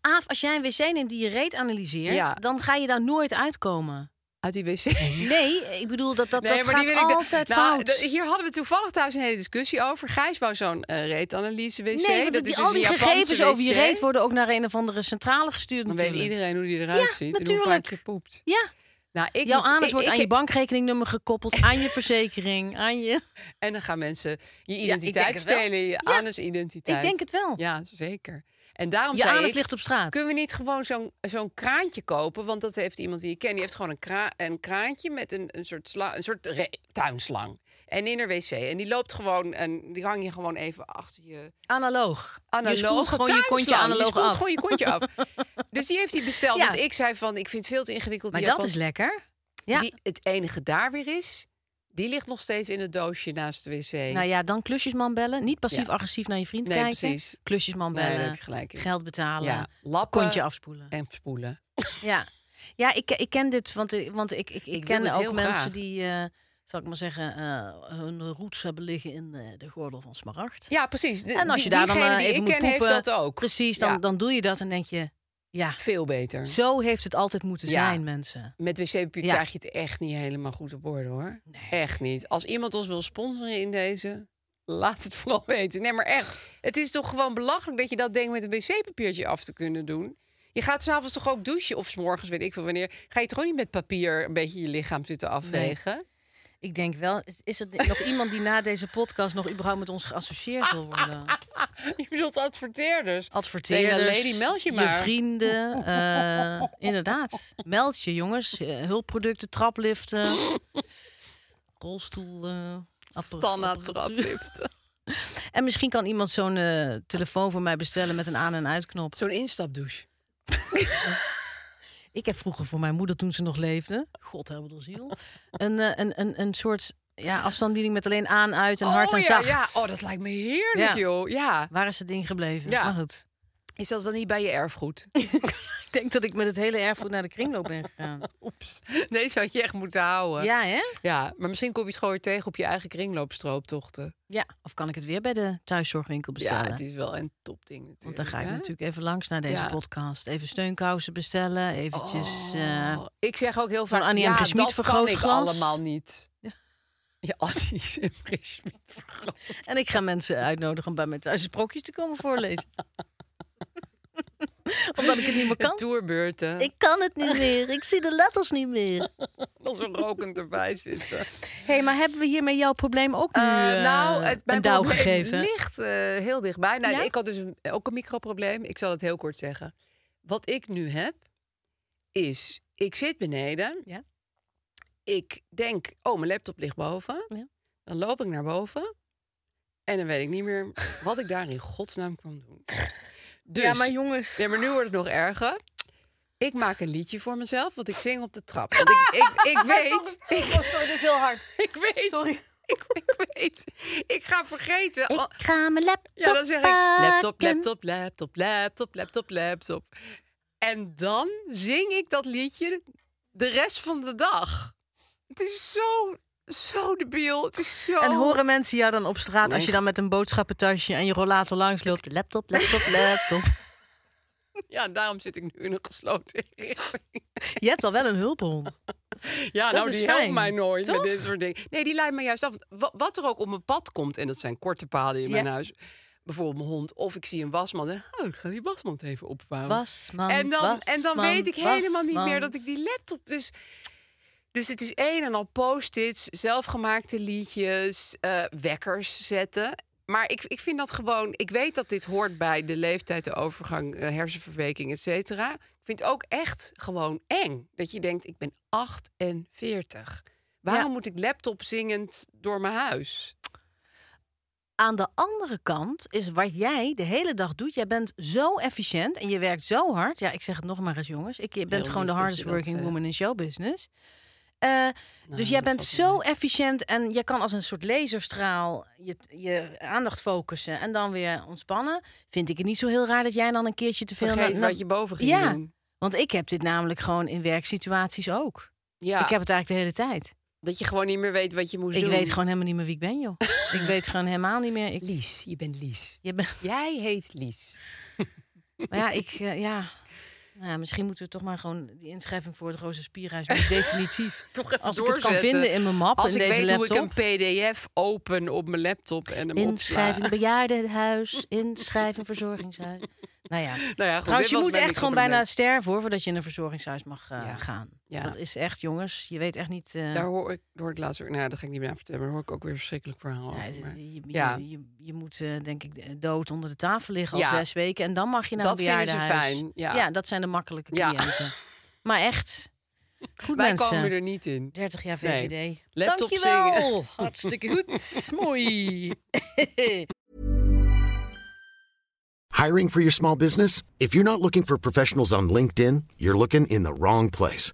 Aaf, als jij een wc neemt die je reet analyseert, Ja. dan ga je daar nooit uitkomen. Uit die wc. Nee, ik bedoel dat dat, Nee, dat maar gaat die wil ik da- altijd Nou, fout. d- hier hadden we toevallig thuis een hele discussie over. Gijs wou zo'n eh, reetanalyse wc. nee, want dat die, is dus al die een Japanse gegevens over je wc. reet worden ook naar een of andere centrale gestuurd. Dan weet natuurlijk. iedereen hoe die eruit Ja, ziet en hoe natuurlijk. vaak je poept. Ja, Nou, ik jouw moet- anus ik- wordt ik- aan je bankrekeningnummer gekoppeld, aan je verzekering, aan je... En dan gaan mensen je denk identiteit het wel. stelen, je Ja, anus-identiteit. ik denk het wel. Ja, zeker. En daarom Je zei anus ik, ligt op straat. Kunnen we niet gewoon zo'n zo'n kraantje kopen? Want dat heeft iemand die ik ken. Die heeft gewoon een, kra een kraantje met een, een soort, sla een soort re- tuinslang. En in haar wc. En die loopt gewoon, en die hang je gewoon even achter je Analoog. analoog. je spoelt gewoon je kontje Je analoog spoelt af. gewoon je kontje af. Dus die heeft hij besteld. Ja. Want ik zei van, ik vind het veel te ingewikkeld. Maar die dat Japanse- is lekker. Ja. Die, het enige daar weer is, die ligt nog steeds in het doosje naast de wc. Nou ja, dan klusjesman bellen. Niet passief-agressief naar je vriend Nee, kijken. precies. Klusjesman Nee, daar bellen. heb je gelijk in. Geld betalen. Ja, Eh, lappen. Kontje afspoelen. En spoelen. Ja, ja ik, ik ken dit, want, ik- want ik, ik, ik, wil ken dit ook heel mensen graag. die, eh, zal ik maar zeggen, eh, hun roots hebben liggen in eh, de gordel van Smaragd. Ja, precies. De- en als die- je daar dan diegene eh, die even ik moet ken, poepen, heeft dat ook. Precies, dan, Ja, dan doe je dat en denk je, ja, Veel beter. zo heeft het altijd moeten Ja. zijn, mensen. Met wc-papier Ja. krijg je het echt niet helemaal goed op orde, hoor. Echt niet. Als iemand ons wil sponsoren in deze, laat het vooral weten. Nee, maar echt. Het is toch gewoon belachelijk dat je dat denkt met een wc-papiertje af te kunnen doen. Je gaat s'avonds toch ook douchen of s'morgens, weet ik veel wanneer. Ga je toch ook niet met papier een beetje je lichaam zitten afwegen? Ik denk wel, is, is er nog iemand die na deze podcast nog überhaupt met ons geassocieerd wil worden? Je bedoelt adverteerders. Adverteerders, Tegen lady, meld je maar. vrienden, eh, inderdaad. Meld je, jongens. Eh, Hulpproducten, trapliften, rolstoel, eh, appar- Standaard apparatuur. trapliften. En misschien kan iemand zo'n eh, telefoon voor mij bestellen met een aan- en uitknop. Zo'n instapdouche. Ik heb vroeger voor mijn moeder, toen ze nog leefde, god hebben de ziel, een, eh, een, een, een soort ja, afstandsbediening met alleen aan, uit en hard oh, en ja, zacht. ja. Oh, dat lijkt me heerlijk, Ja. joh. Ja. Waar is het ding gebleven? Ja. Maar goed. Is dat dan niet bij je erfgoed? Ik denk dat ik met het hele erfgoed naar de kringloop ben gegaan. Oeps. Nee, zou je echt moeten houden. Ja, hè? Ja, maar misschien kom je het gewoon weer tegen op je eigen kringloopstrooptochten. Ja, of kan ik het weer bij de thuiszorgwinkel bestellen? Ja, het is wel een topding natuurlijk. Want dan ga ik hè? natuurlijk even langs naar deze Ja. podcast. Even steunkousen bestellen, eventjes... eh, Oh, ik zeg ook heel vaak, Annie M. ja, G. dat Schmid kan ik vergrootglas. allemaal niet. Ja, Annie M. G. Schmid vergrootglas. en ik ga mensen uitnodigen om bij mij thuis sprookjes te komen voorlezen. Omdat ik het niet meer kan. Tourbeurten. Ik kan het niet meer. Ik zie de letters niet meer. Als we rokend erbij zitten. Hé, hey, maar hebben we hiermee jouw probleem ook nu Eh, eh, nou, het, mijn een douw probleem gegeven? ligt eh, heel dichtbij. Nou, Ja? Ik had dus een- ook een microprobleem. Ik zal het heel kort zeggen. Wat ik nu heb, is... Ik zit beneden. Ja. Ik denk, oh, mijn laptop ligt boven. Ja. Dan loop ik naar boven. En dan weet ik niet meer wat ik daar in godsnaam kwam doen. Dus, ja, maar jongens. Nee, maar nu wordt het nog erger. Ik maak een liedje voor mezelf, want ik zing op de trap. Want ik, ik, ik weet... Ik, sorry, dit is heel hard. ik weet... Sorry. Ik, ik weet. Ik ga vergeten. Oh, Ik ga mijn laptop ja, dan zeg ik laptop, pakken. laptop, laptop, laptop, laptop, laptop. En dan zing ik dat liedje de rest van de dag. Het is zo zo debiel. Het is zo... En horen mensen jou dan op straat als je dan met een boodschappentasje en je rollator langs loopt? Laptop, laptop, laptop. Ja, daarom zit ik nu in een gesloten richting. Je hebt al wel een hulphond. Ja, Dat nou, is die fijn, helpt mij nooit toch? met dit soort dingen. Nee, die leidt mij juist af. Want wa- Wat er ook op mijn pad komt, en dat zijn korte paden in Ja. mijn huis. Bijvoorbeeld mijn hond. Of ik zie een wasmand. En, oh, ik ga die wasmand even opvouwen. Wasmand, en dan, en dan wasmand, weet ik helemaal niet meer wasmand. dat ik die laptop... Dus, dus het is een en al post-its, zelfgemaakte liedjes, eh, wekkers zetten. Maar ik, ik vind dat gewoon... Ik weet dat dit hoort bij de leeftijd, de overgang, eh, hersenverweking, et cetera. Ik vind het ook echt gewoon eng. Dat je denkt, ik ben 48. Waarom Ja. moet ik laptop zingend door mijn huis? Aan de andere kant is wat jij de hele dag doet. Jij bent zo efficiënt en je werkt zo hard. Ja, ik zeg het nog maar eens, jongens. Ik, je bent lief gewoon de dat je hardest dat working zegt. woman in showbusiness. Eh dus jij dat bent valt wel zo efficiënt en je kan als een soort laserstraal je, je aandacht focussen en dan weer ontspannen. Vind ik het niet zo heel raar dat jij dan een keertje te veel Vergeet na- na- wat je boven ging Ja. doen. Want ik heb dit namelijk gewoon in werksituaties ook. Ja, Ik heb het eigenlijk de hele tijd. dat je gewoon niet meer weet wat je moest Ik doen. weet gewoon helemaal niet meer wie ik ben, joh. ik weet gewoon helemaal niet meer. Ik, Lies, je bent Lies. je bent- Jij heet Lies. maar ja, ik, eh, ja. Nou ja, misschien moeten we toch maar gewoon die inschrijving voor het Roze Spierhuis maar definitief. Toch even Als ik het kan doorzetten. vinden in mijn map, Als in ik deze weet laptop. hoe ik een pdf open op mijn laptop en hem Inschrijving opsla. bejaardenhuis, inschrijving verzorgingshuis. Nou ja, Nou ja, goed, trouwens, dit je was moet mijn echt gewoon bijna compliment. sterven hoor, voordat je in een verzorgingshuis mag eh, Ja. gaan. Ja. Dat is echt, jongens, je weet echt niet. eh, Daar hoor ik, daar hoor ik laatst weer... Nou, ja, daar ga ik niet meer aan vertellen. Maar daar hoor ik ook weer een verschrikkelijk verhaal Ja, over. dit- maar- je, je- ja. je, je moet eh, denk ik eh, dood onder de tafel liggen al Ja. zes weken. En dan mag je naar Dat een vinden ze bejaardenhuis. fijn, ja. dat zijn de makkelijke Ja. cliënten. Maar echt, goed Wij mensen. komen er niet in. 30 jaar VVD. Laptop Dankjewel. zingen. Hartstikke goed. Mooi. Hiring for your small business? If you're not looking for professionals on LinkedIn, you're looking in the wrong place.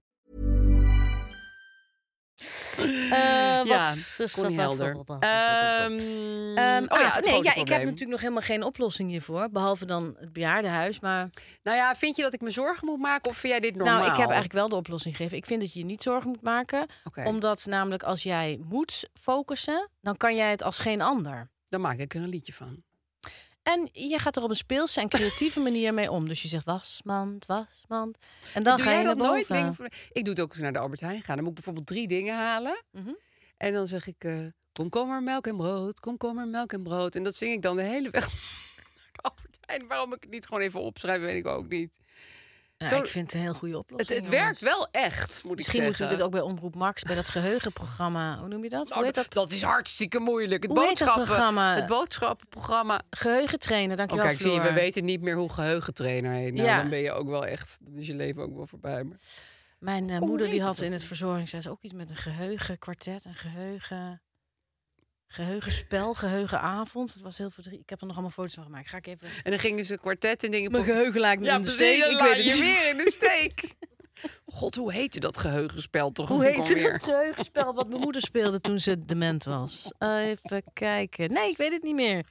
Eh, Ja, wat? Zus, Connie wat- Helder. wat- wat- wat- Ehm, Ehm, oh ja, ah, het nee, ja, ik heb probleem. natuurlijk nog helemaal geen oplossing hiervoor. Behalve dan het bejaardenhuis. Maar Nou ja, vind je dat ik me zorgen moet maken of vind jij dit normaal? Nou, ik heb eigenlijk wel de oplossing gegeven. Ik vind dat je je niet zorgen moet maken. Oké. Omdat namelijk als jij moet focussen, dan kan jij het als geen ander. Dan maak ik er een liedje van. En je gaat er op een speelse en creatieve manier mee om. Dus je zegt wasmand, wasmand. En dan doe ga jij je dat naar nooit? boven. Dingen voor- Ik doe het ook als ik naar de Albert Heijn ga. Dan moet ik bijvoorbeeld drie dingen halen. Mhm. En dan zeg ik, eh komkommer, melk en brood, komkommer, melk en brood. En dat zing ik dan de hele weg naar de Albert Heijn. Waarom ik het niet gewoon even opschrijf, weet ik ook niet. Ja, Zo- ik vind het een heel goede oplossing. Het, het jongens. werkt wel echt, moet Misschien ik moeten zeggen. we dit ook bij Omroep Max, bij dat geheugenprogramma. Hoe noem je dat? Hoe Nou, heet dat? dat? is hartstikke moeilijk. Het Hoe heet dat boodschappen, programma? Het boodschappenprogramma. Geheugentrainen, Oh, dankjewel kijk, zie je, we Floor. weten niet meer hoe geheugentrainer heet. Nou, Ja. dan ben je ook wel echt, dan is je leven ook wel voorbij. Maar... Mijn eh, Hoe moeder die heet had dat in het verzorgingshuis ook iets met een geheugenkwartet, een geheugen. Geheugenspel, geheugenavond. Het was heel verdrietig. Ik heb er nog allemaal foto's van gemaakt. Ga ik even. En dan gingen ze kwartet en dingen... Mijn geheugen laat me Ja, in de precies, steek. dan Ik laat weet je het niet. weer in de steek. God, hoe heette dat geheugenspel toch Hoe ook heet alweer? het geheugenspel wat mijn moeder speelde toen ze dement was? Even kijken. Nee, ik weet het niet meer.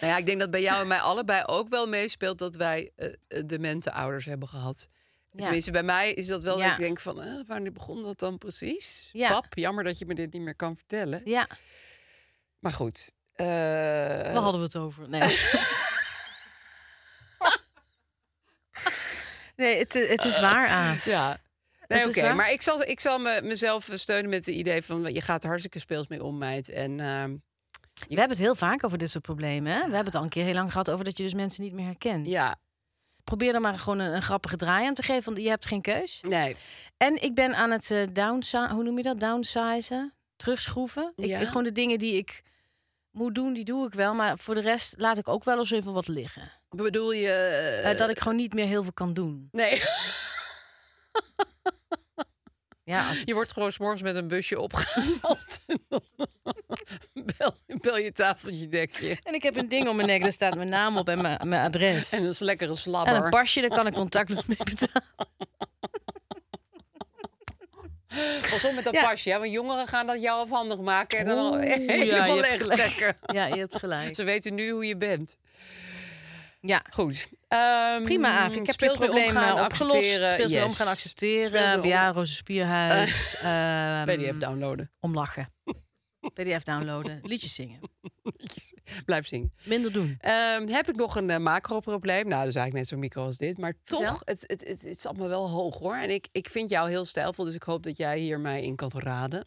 Nou ja, ik denk dat bij jou en mij allebei ook wel meespeelt dat wij eh, eh, demente ouders hebben gehad. Ja. Tenminste, bij mij is dat wel dat Ja. ik denk van, eh, wanneer begon dat dan precies? Ja. Pap, jammer dat je me dit niet meer kan vertellen. Ja, Maar goed. eh, waar hadden we het over? Nee. nee, het, het is waar, Aaf. ja. Nee, Het oké. is waar. Maar ik zal, ik zal me, mezelf steunen met het idee van, je gaat er hartstikke speels mee om, meid. En ehm, We hebben het heel vaak over dit soort problemen. Hè? We hebben het al een keer heel lang gehad over dat je dus mensen niet meer herkent. ja, probeer er maar gewoon een, een grappige draai aan te geven, want je hebt geen keus. nee. En ik ben aan het eh downsize, hoe noem je dat? Downsizen, terugschroeven. Ik, Ja. ik- gewoon de dingen die ik moet doen, die doe ik wel, maar voor de rest laat ik ook wel eens even wat liggen. Bedoel je... Eh, dat ik gewoon niet meer heel veel kan doen. Nee. Ja, als het- Je wordt gewoon s'morgens met een busje opgehaald. Bel, wel je tafeltje dekje. En ik heb een ding om mijn nek, daar staat mijn naam op en mijn, mijn adres. En dat is lekkere slabber. En een pasje, daar kan ik contact mee betalen. Pas op met dat Ja. pasje, hè, want jongeren gaan dat jou afhandig maken en dan al Oeh, ja, je helemaal hebt leeg gelijk. trekken. Ja, je hebt gelijk. Ze weten nu hoe je bent. Ja, Goed. Ehm, prima, Aaf. Ik heb je speels mee omgaan, problemen opgelost. accepteren. Speels mee Yes. omgaan Speels mee accepteren. om- Ja, Roze Spierhuis. ehm, PDF downloaden. Omlachen. PDF downloaden. Liedjes zingen. Blijf zingen. Minder doen. Ehm, heb ik nog een eh, macro-probleem? Nou, dat is eigenlijk net zo micro als dit. Maar toch, het, het, het, het is allemaal wel hoog hoor. En ik, ik vind jou heel stijlvol, dus ik hoop dat jij hier mij in kan raden.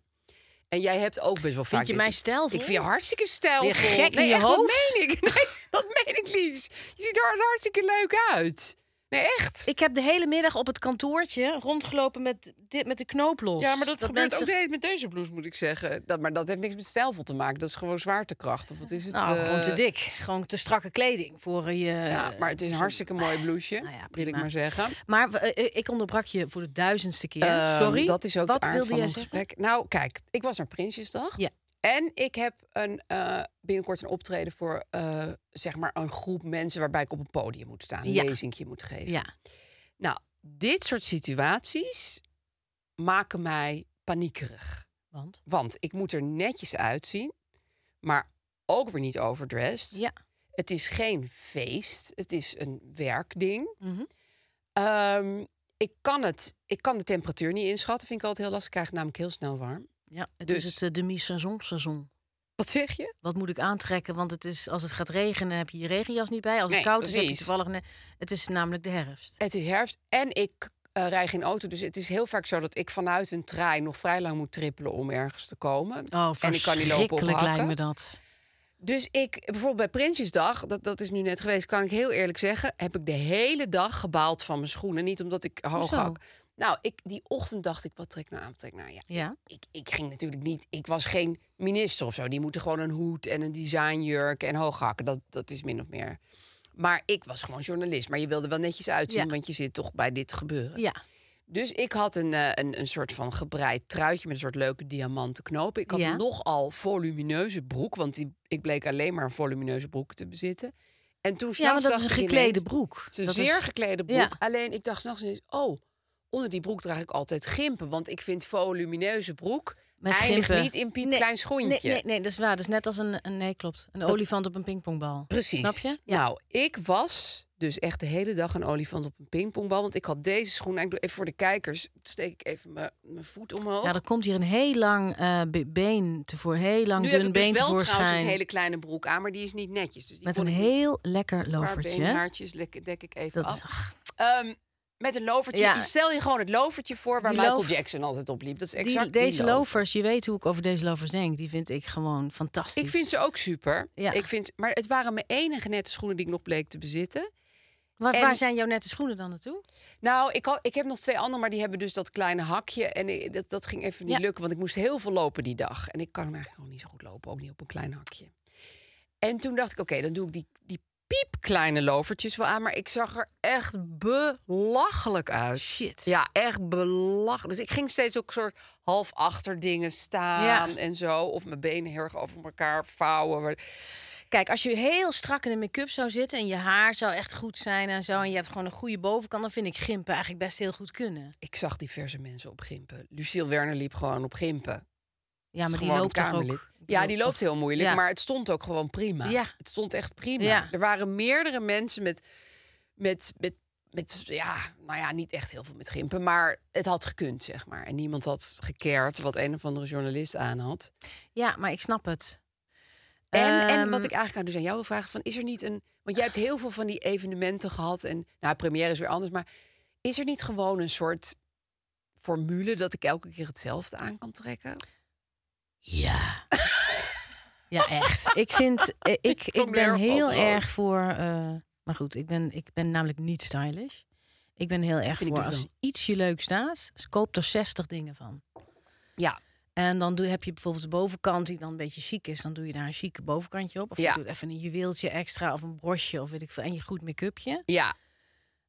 En jij hebt ook best wel vaak... Vind je dit- mij stijlvol? Ik vind je hartstikke stijlvol. Ben je gek in nee, je echt, hoofd? dat meen ik. Nee, dat meen ik, Lies. Je ziet er hartstikke leuk uit. Nee, echt. Ik heb de hele middag op het kantoortje rondgelopen met, dit, met de knoop los. Ja, maar dat, gebeurt mensen- ook de hele tijd met deze blouse, moet ik zeggen. Dat, maar dat heeft niks met stijlvol te maken. Dat is gewoon zwaartekracht. Of wat is het? Nou, gewoon te eh, dik. Gewoon te strakke kleding voor eh, je... Ja, maar het is een hartstikke mooi blouseje, Nou ja, wil ik prima. maar zeggen. Maar eh, eh, ik onderbrak je voor de duizendste keer. Ehm, Sorry. Dat is ook Wat de aard wilde van jij een zeggen? gesprek. Nou, kijk, ik was naar Prinsjesdag. Ja. En ik heb een, eh, binnenkort een optreden voor eh, zeg maar een groep mensen waarbij ik op een podium moet staan, een Ja. lezingje moet geven. Ja. Nou, dit soort situaties maken mij paniekerig. Want? Want ik moet er netjes uitzien, maar ook weer niet overdressed. Ja. Het is geen feest, het is een werkding. Mhm. Ehm, ik, kan het, ik kan de temperatuur niet inschatten, vind ik altijd heel lastig. Ik krijg het namelijk heel snel warm. Ja, het Dus- is het eh, demi-seizoen seizoen. Wat zeg je? Wat moet ik aantrekken? Want het is, als het gaat regenen heb je je regenjas niet bij. Als het Nee, koud is heb je precies. toevallig... een- het is namelijk de herfst. Het is herfst en ik eh, rij geen auto. Dus het is heel vaak zo dat ik vanuit een trein nog vrij lang moet trippelen om ergens te komen. Oh, en ik kan niet lopen op verschrikkelijk lijkt hakken. me dat. Dus ik, bijvoorbeeld bij Prinsjesdag, dat, dat is nu net geweest, kan ik heel eerlijk zeggen, heb ik de hele dag gebaald van mijn schoenen. Niet omdat ik hoog Hoezo? hak. Nou, ik, die ochtend dacht ik, wat trek ik nou aan? Wat trek ik nou? Ja, Ja. ik, ik ging natuurlijk niet. Ik was geen minister of zo. Die moeten gewoon een hoed en een designjurk en hooghakken. Dat, dat is min of meer. Maar ik was gewoon journalist. Maar je wilde wel netjes uitzien, Ja. want je zit toch bij dit gebeuren. Ja. Dus ik had een, eh, een, een soort van gebreid truitje met een soort leuke diamanten knopen. Ik had Ja. een nogal volumineuze broek, want die, ik bleek alleen maar een volumineuze broek te bezitten. En toen ja, want s'nachts dat is een dacht ik geklede ineens- broek. het is een Dat zeer is- geklede broek. Ja. Alleen ik dacht s'nachts ineens, oh, onder die broek draag ik altijd gimpen. Want ik vind volumineuze broek Met eindigt schimpen. niet in piep Nee, klein schoentje. Nee, nee, nee, dat is waar. Dat is net als een, een nee, klopt. Een olifant op een pingpongbal. Precies. Snap je? Nou, ik was dus echt de hele dag een olifant op een pingpongbal. Want ik had deze schoen. En ik doe even voor de kijkers, steek ik even mijn, mijn voet omhoog. Ja, er komt hier een heel lang eh, be- been tevoor, heel lang nu heb dun ik been dus wel trouwens tevoorschijn. een hele kleine broek aan, maar die is niet netjes. Dus die Met kon een ik heel lekker Een paar lovertje. beenhaartjes dek, dek ik even Dat af. is ach, Ehm, met een lovertje. Ja. Stel je gewoon het lovertje voor waar Die Michael lover- Jackson altijd op liep. Dat is die, exact die deze lover. lovers, je weet hoe ik over deze lovers denk. Die vind ik gewoon fantastisch. Ik vind ze ook super. Ja. Ik vind, maar het waren mijn enige nette schoenen die ik nog bleek te bezitten. Waar, en- waar zijn jouw nette schoenen dan naartoe? Nou, ik, had, ik heb nog twee andere, maar die hebben dus dat kleine hakje. En ik- dat, dat ging even niet Ja. lukken, want ik moest heel veel lopen die dag. En ik kan hem eigenlijk nog niet zo goed lopen, ook niet op een klein hakje. En toen dacht ik, oké, dan doe ik die, die piepkleine lovertjes wel aan. Maar ik zag er echt belachelijk uit. Shit. Ja, echt belachelijk. Dus ik ging steeds ook soort half achter dingen staan Ja. en zo. Of mijn benen heel erg over elkaar vouwen. Maar- Kijk, als je heel strak in de make-up zou zitten en je haar zou echt goed zijn en zo, en je hebt gewoon een goede bovenkant, dan vind ik gimpen eigenlijk best heel goed kunnen. Ik zag diverse mensen op gimpen. Lucille Werner liep gewoon op gimpen. Ja, maar Het is die gewoon loopt een toch Kamerlid. ook. Ja, die loopt heel moeilijk, ja. maar het stond ook gewoon prima. Ja. Het stond echt prima. Ja. Er waren meerdere mensen met, met, met, met, ja, nou ja, niet echt heel veel met gimpen, maar het had gekund, zeg maar. En niemand had gekeerd wat een of andere journalist aan had. Ja, maar ik snap het. En, en Ehm, wat ik eigenlijk aan dus aan jou wil vragen, van, is er niet een, want jij hebt heel veel van die evenementen gehad en, nou, première is weer anders, maar is er niet gewoon een soort formule dat ik elke keer hetzelfde aan kan trekken? Ja. ja, echt. Ik vind, eh, ik, ik Probleem ben heel vast wel. erg voor. eh, maar goed, ik ben, ik ben namelijk niet stylish. Ik ben heel erg Vind ik voor dus als wel. iets je leuk staat, dus koop er 60 dingen van. Ja, En dan doe, heb je bijvoorbeeld de bovenkant die dan een beetje chic is. Dan doe je daar een chique bovenkantje op. Of Ja. je doet even een juweeltje extra of een brosje of weet ik veel. En je goed make-upje. ja.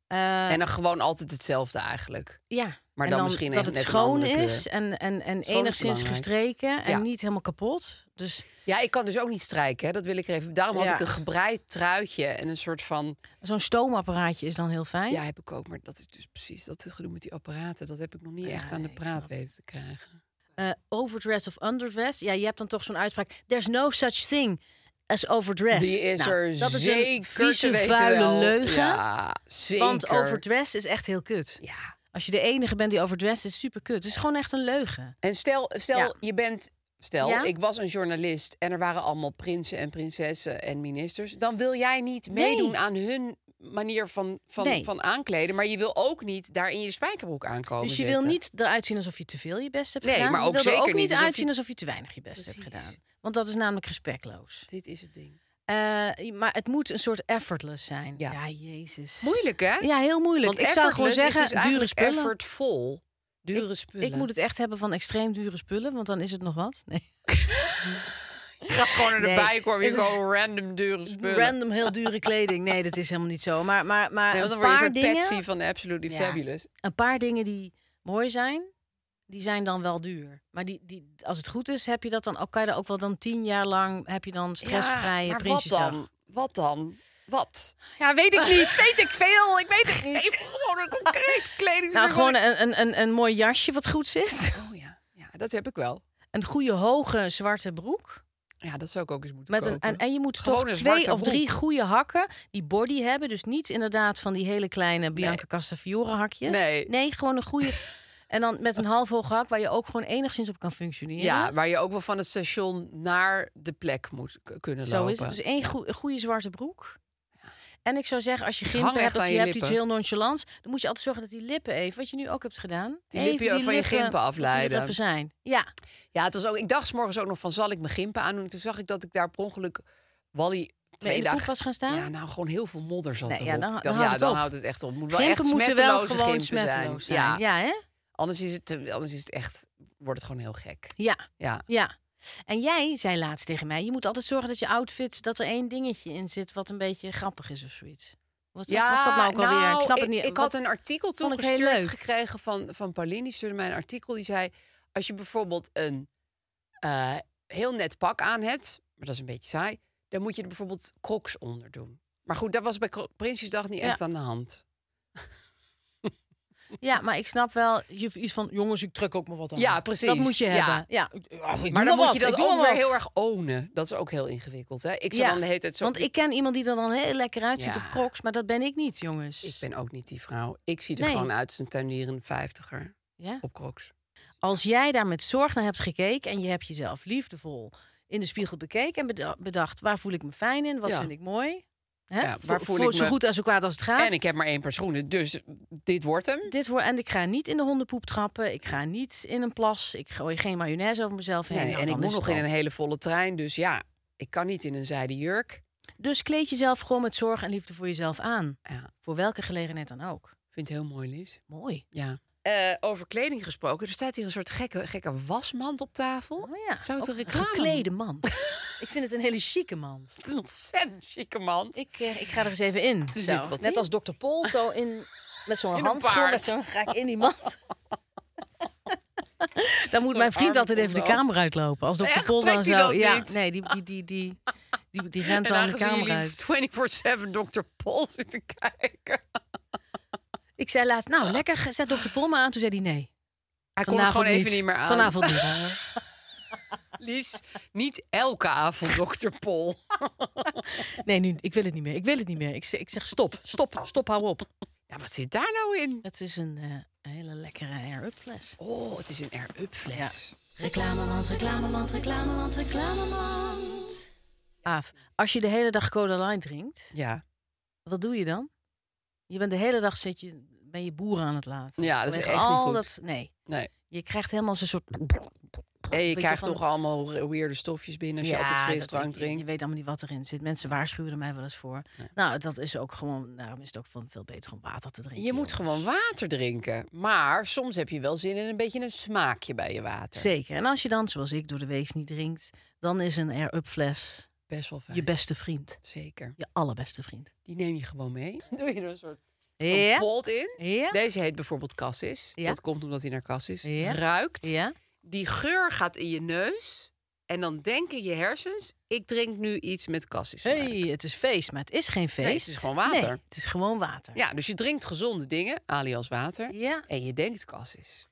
Eh, En dan gewoon altijd hetzelfde eigenlijk. ja, Maar en dan, dan, misschien dat net het een schoon andere kleur. is en, en, en Schoon is enigszins belangrijk. gestreken en Ja. niet helemaal kapot. Dus Ja, ik kan dus ook niet strijken. Hè? Dat wil ik er even. Daarom had Ja. ik een gebreid truitje en een soort van. zo'n stoomapparaatje is dan heel fijn. Ja, heb ik ook. Maar dat is dus precies dat gedoe met die apparaten. Dat heb ik nog niet Ja, echt aan de Ah, ik praat snap. weten te krijgen. Eh, overdressed of underdressed. Ja, je hebt dan toch zo'n uitspraak. There's no such thing as overdressed. Die is Nou, er dat is zeker een vieze, te weten vuile wel. leugen. Ja, zeker. Want overdressed is echt heel kut. Ja. Als je de enige bent die overdressed is, super kut. Het is gewoon echt een leugen. En stel, stel Ja. je bent. Stel, Ja? ik was een journalist en er waren allemaal prinsen en prinsessen en ministers. Dan wil jij niet Nee. meedoen aan hun manier van, van, Nee. van aankleden. Maar je wil ook niet daar in je spijkerbroek aankomen. Dus je wil zitten. niet eruit zien alsof je te veel je best hebt Nee, gedaan. maar ook je wil er zeker ook niet niet alsof uitzien je- alsof je te weinig je best hebt Precies. gedaan. Want dat is namelijk respectloos. Dit is het ding. Eh, maar het moet een soort effortless zijn. Ja. Ja, jezus. Moeilijk, hè? Ja, heel moeilijk. Want ik zou gewoon effortless zeggen, is dus dure eigenlijk spullen. effortvol. Dure spullen. Ik moet het echt hebben van extreem dure spullen, want dan is het nog wat. Nee. gaat gewoon Nee, erbij komen. Je dit is- gewoon random dure spullen. Random heel dure kleding. Nee, dat is helemaal niet zo. Maar, maar, maar Nee, want een, dan word je een paar soort dingen, Patsy van de Absolutely Ja. Fabulous. een paar dingen die mooi zijn, die zijn dan wel duur. Maar die, die, als het goed is, heb je dat dan ook, kan je daar ook wel dan tien jaar lang heb je dan stressvrije Ja, maar wat prinsjesdag. dan? Wat dan? Wat? Ja, weet ik niet. weet ik veel. Ik weet het niet. Even gewoon een concreet kleding. Nou, gewoon een, een, een, een mooi jasje wat goed zit. Oh ja. ja, dat heb ik wel. Een goede hoge zwarte broek. Ja, dat zou ik ook eens moeten Met een, kopen. en, en je moet Gewoon toch een twee zwarte of drie broek. goede hakken die body hebben. Dus niet inderdaad van die hele kleine Bianca Castafiore hakjes. Nee. gewoon een goede. en dan met een half hoog hak waar je ook gewoon enigszins op kan functioneren. Ja, waar je ook wel van het station naar de plek moet k- kunnen Zo lopen. is het. Dus één goe- goede zwarte broek. En ik zou zeggen, als je Hang gimpen echt hebt of aan je, je hebt iets lippen. heel nonchalants... dan moet je altijd zorgen dat die lippen even, wat je nu ook hebt gedaan... Die even lippen van je lippen- gimpen dat die lippen afleiden. even zijn. Ja, Ja, het was ook, ik dacht 's morgens ook nog van, zal ik mijn gimpen aandoen? Toen zag ik dat ik daar per ongeluk Wally maar twee in de poep dagen... was gaan staan. Ja, nou, gewoon heel veel modder zat Nee, erop. ja, dan- Ik dacht, dan ja, houdt het dan op. houdt het echt op. Moet wel gimpen echt moeten wel smetteloze gewoon gimpen smetteloos zijn. Ja. Ja, hè? Anders, is het, te- anders is het echt, wordt het gewoon heel gek. Ja. Ja. Ja. En jij zei laatst tegen mij: je moet altijd zorgen dat je outfit, dat er één dingetje in zit wat een beetje grappig is of zoiets. Wat ja, was dat nou ook alweer? ik snap ik, het niet. Ik Wat- had een artikel vond ik heel toegestuurd leuk. gekregen van, van Pauline. Die stuurde mij een artikel die zei... als je bijvoorbeeld een eh, heel net pak aan hebt... maar dat is een beetje saai... dan moet je er bijvoorbeeld crocs onder doen. Maar goed, dat was bij Cro- Prinsjesdag niet Ja. echt aan de hand. Ja, maar ik snap wel, je hebt iets van jongens, ik trek ook maar wat aan. Ja, precies. Dat moet je Ja. hebben. Ja. ik maar doe dan moet wat, je ik dat doe ook maar weer wat. heel erg ownen. Dat is ook heel ingewikkeld. Hè? Ik zou Ja, dan de hele tijd zo... Want ik ken iemand die er dan heel lekker uitziet Ja. op crocs, maar dat ben ik niet, jongens. Ik ben ook niet die vrouw. Ik zie er Nee. gewoon uit als een tuinierende vijftiger Ja? op crocs. Als jij daar met zorg naar hebt gekeken en je hebt jezelf liefdevol in de spiegel bekeken en beda- bedacht waar voel ik me fijn in, wat Ja. vind ik mooi, hè? Ja, waar voor, voel voor ik zo me- goed en zo kwaad als het gaat. En ik heb maar één paar schoenen, dus dit wordt hem. dit hoor, en ik ga niet in de hondenpoep trappen. Ik ga niet in een plas. Ik gooi geen mayonaise over mezelf heen. Nee, Nou, en ik dan moet is het nog in al. een hele volle trein, dus ja, ik kan niet in een zijden jurk. Dus kleed jezelf gewoon met zorg en liefde voor jezelf aan. Ja, Voor welke gelegenheid dan ook. vind het heel mooi, Lies. Mooi. Ja. Eh, over kleding gesproken, er staat hier een soort gekke, gekke wasmand op tafel. Oh ja. Zou het ook een reclame? geklede mand. ik vind het een hele chique mand. Het is een ontzettend chique mand. Ik, eh, ik ga er eens even in. Er Zo, zit wat Net in. als Dr. Pol, zo in, met zo'n een handschoen. paard. Met zo'n, ga ik in die mand. Dan moet mijn vriend arm altijd even de condoom. kamer uitlopen. Als Dr. Echt? Pol dan Nou Trekt hij zo. dat ja, niet? nee, die, die, die, die, die, die rent en dan de aangezien kamer jullie uit. 24-7 Dr. Paul zitten kijken. Ik zei laatst, nou lekker, ge- zet Dr. Pol maar aan. Toen zei hij nee. Hij kon het gewoon even niet meer aan. Vanavond niet. Lies, niet elke avond Dr. Paul. Nee, nu, ik wil het niet meer. Ik wil het niet meer. Ik, zeg- ik zeg stop, stop, stop, hou op. Ja, wat zit daar nou in? Het is een eh, een hele lekkere air-up fles. Oh, het is een air-up fles. Reclamemand, reclamemand, reclamemand, reclamemand. Aaf, als je de hele dag Coda Line drinkt, ja. wat doe je dan? Je bent de hele dag zit je, ben je boeren aan het laten. Ja, dat is Vanwege echt niet al goed. Dat, nee, Nee. je krijgt helemaal zo'n soort... En je Weet krijgt van- toch allemaal weirde stofjes binnen als je altijd dat- frisdrank je- Je, drinkt. weet allemaal niet wat erin zit. Mensen waarschuwen er mij wel eens voor. Nou, dat is ook gewoon... Daarom is het ook van veel beter om water te drinken. Je moet jongens. gewoon water drinken. Maar soms heb je wel zin in een beetje een smaakje bij je water. Zeker. En als je dan, zoals ik, door de week niet drinkt... dan is een air-up fles Best wel fijn. je beste vriend. Zeker. Je allerbeste vriend. Die neem je gewoon mee. Doe je er een soort Ja. een polt in. Ja. Deze heet bijvoorbeeld Cassis. Ja. Dat komt omdat hij naar Cassis Ja. ruikt. Ja. Die geur gaat in je neus. En dan denken je hersens, ik drink nu iets met Cassis. Hey, het is feest, maar het is geen feest. Nee, het is gewoon water. Nee, het is gewoon water. Ja, dus je drinkt gezonde dingen, alias water. Ja. En je denkt Cassis.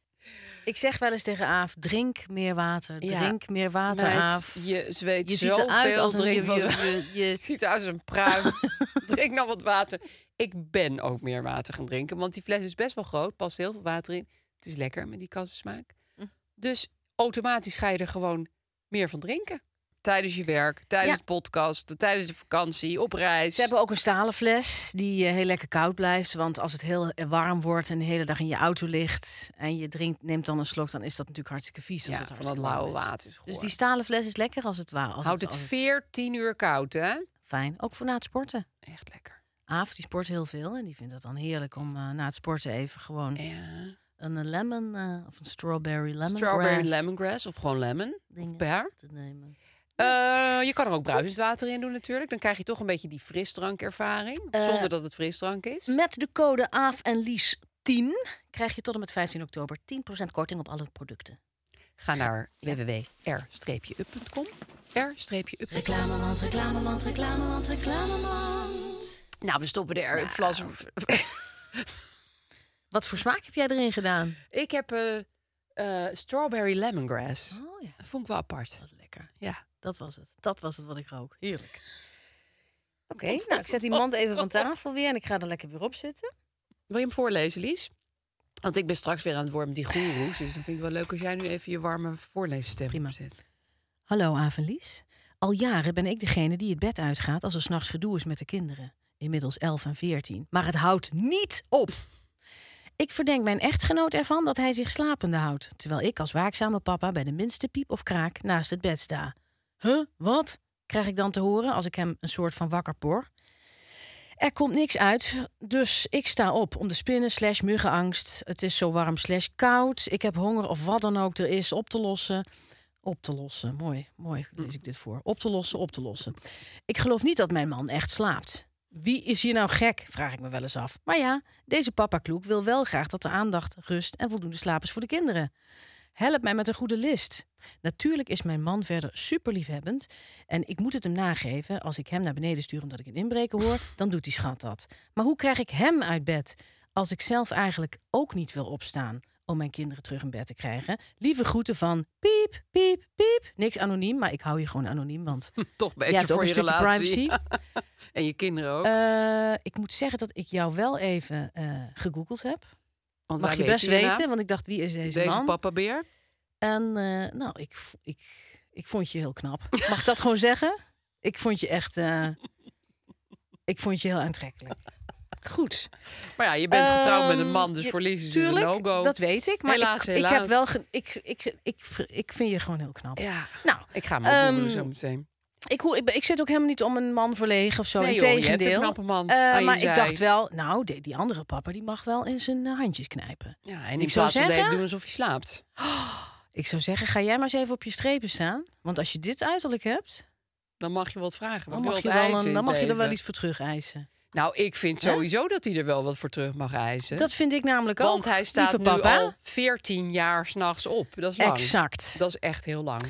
Ik zeg wel eens tegen Aaf, drink meer water. Ja. Drink meer water, Meid, Aaf. je zweet Je ziet zoveel eruit als een... drink Je, wat- je, je- Het ziet eruit als een pruim. Drink nou wat water. Ik ben ook meer water gaan drinken. Want die fles is best wel groot. Past heel veel water in. Het is lekker met die kassensmaak. Mm. Dus automatisch ga je er gewoon meer van drinken. Tijdens je werk, tijdens Ja. de podcast, tijdens de vakantie, op reis. Ze hebben ook een stalen fles die eh, heel lekker koud blijft. Want als het heel eh, warm wordt en de hele dag in je auto ligt... en je drinkt, neemt dan een slok, dan is dat natuurlijk hartstikke vies. Als Ja, het van hartstikke dat warm lauwe is. water is Dus goor. die stalen fles is lekker als het warm Houdt het 14 uur koud, hè? Fijn, ook voor na het sporten. Echt lekker. Aaf, die sport heel veel en die vindt het dan heerlijk om eh, na het sporten even gewoon Ja. een eh, lemon eh, of een strawberry lemon Strawberry lemongrass of gewoon lemon. Of pear. te nemen. Eh, je kan er ook bruisend water in doen natuurlijk. Dan krijg je toch een beetje die frisdrankervaring. Eh, zonder dat het frisdrank is. Met de code Aaf en Lies 10 krijg je tot en met 15 oktober 10% korting op alle producten. Ga naar www.r-up.com. R-up. Reclamemand, reclamemand, reclamemand, reclamemand. Nou, we stoppen de r flas. Nou. Wat voor smaak heb jij erin gedaan? Ik heb eh, eh, strawberry lemongrass. Oh ja, Dat vond ik wel apart. wat lekker. Ja. Dat was het. Dat was het wat ik rook. Heerlijk. Oké, nou ik zet die mand even van tafel weer en ik ga er lekker weer op zitten. Wil je hem voorlezen, Lies? Want ik ben straks weer aan het woord met die goeroes. Dus dan vind ik wel leuk als jij nu even je warme voorleesstem Prima. opzet. Hallo Aaf en Lies. Al jaren ben ik degene die het bed uitgaat als er s'nachts gedoe is met de kinderen. Inmiddels 11 en 14. Maar het houdt niet op. Ik verdenk mijn echtgenoot ervan dat hij zich slapende houdt, terwijl ik als waakzame papa bij de minste piep of kraak naast het bed sta. Huh, wat? Krijg ik dan te horen als ik hem een soort van wakker por? Er komt niks uit, dus ik sta op om de spinnen slash muggenangst. Het is zo warm slash koud. Ik heb honger of wat dan ook er is op te lossen. Op te lossen, mooi, mooi lees ik dit voor. Op te lossen, op te lossen. Ik geloof niet dat mijn man echt slaapt. Wie is hier nou gek, vraag ik me wel eens af. Maar ja, deze papa Kloek wil wel graag dat er aandacht, rust en voldoende slaap is voor de kinderen. Help mij met een goede list. Natuurlijk is mijn man verder super liefhebbend. En ik moet het hem nageven. Als ik hem naar beneden stuur omdat ik een inbreker hoor, dan doet die schat dat. Maar hoe krijg ik hem uit bed? Als ik zelf eigenlijk ook niet wil opstaan om mijn kinderen terug in bed te krijgen. Lieve groeten van piep, piep, piep. Niks anoniem, maar ik hou je gewoon anoniem, want Toch jij beter hebt ook voor een je stukje relatie. privacy. En je kinderen ook. Eh, ik moet zeggen dat ik jou wel even eh, gegoogeld heb. want Mag wij je best je naam. weten, want ik dacht, wie is deze, Deze man? papabeer. En eh, nou, ik, v- ik, ik vond je heel knap. Mag ik dat gewoon zeggen? Ik vond je echt... eh, ik vond je heel aantrekkelijk. Goed. Maar ja, je bent getrouwd met een man, dus Ehm, voor Lies is het een tuurlijk, no-go. Dat weet ik, maar Helaas, ik, ik helaas. heb wel... ge- ik, ik, ik, ik vind je gewoon heel knap. Ja. Nou, Ik ga hem opnoemen Ehm, zo meteen. Ik, hoor- ik, ben- ik zit ook helemaal niet om een man verlegen of zo. Nee, joh, je hebt Integendeel. een knappe man Eh, aan je maar zij. ik dacht wel, nou, die, die andere papa die mag wel in zijn eh, handjes knijpen. Ja, en in ik zou plaats van dat je zeggen- doen alsof je slaapt. Ik zou zeggen, ga jij maar eens even op je strepen staan. Want als je dit uiterlijk hebt, Dan mag je wat vragen. dan mag mag, je, wat wel eisen een- in dan mag je het er wel leven. iets voor terug eisen. Nou, ik vind Hè? sowieso dat hij er wel wat voor terug mag eisen. Dat vind ik namelijk ook. Want hij staat lieve nu papa. al 14 jaar s'nachts op. Dat is lang. Exact. Dat is echt heel lang.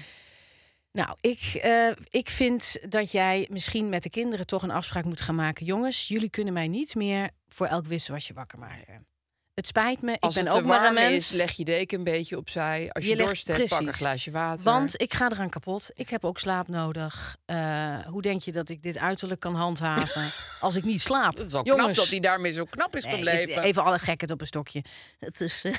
Nou, ik, eh, ik vind dat jij misschien met de kinderen toch een afspraak moet gaan maken. Jongens, jullie kunnen mij niet meer voor elk wisselwasje wakker maken. Het spijt me, Als ik ben het te ook maar een warm mens. is, leg je deken een beetje opzij. Als je, legt- dorst hebt, pak een precies. glaasje water. Oh, Want ik ga eraan kapot. Ik heb ook slaap nodig. Eh, hoe denk je dat ik dit uiterlijk kan handhaven als ik niet slaap? dat is al knap Jongens, dat hij daarmee zo knap is nee, het- gebleven. even alle gekheid op een stokje. Het is, eh,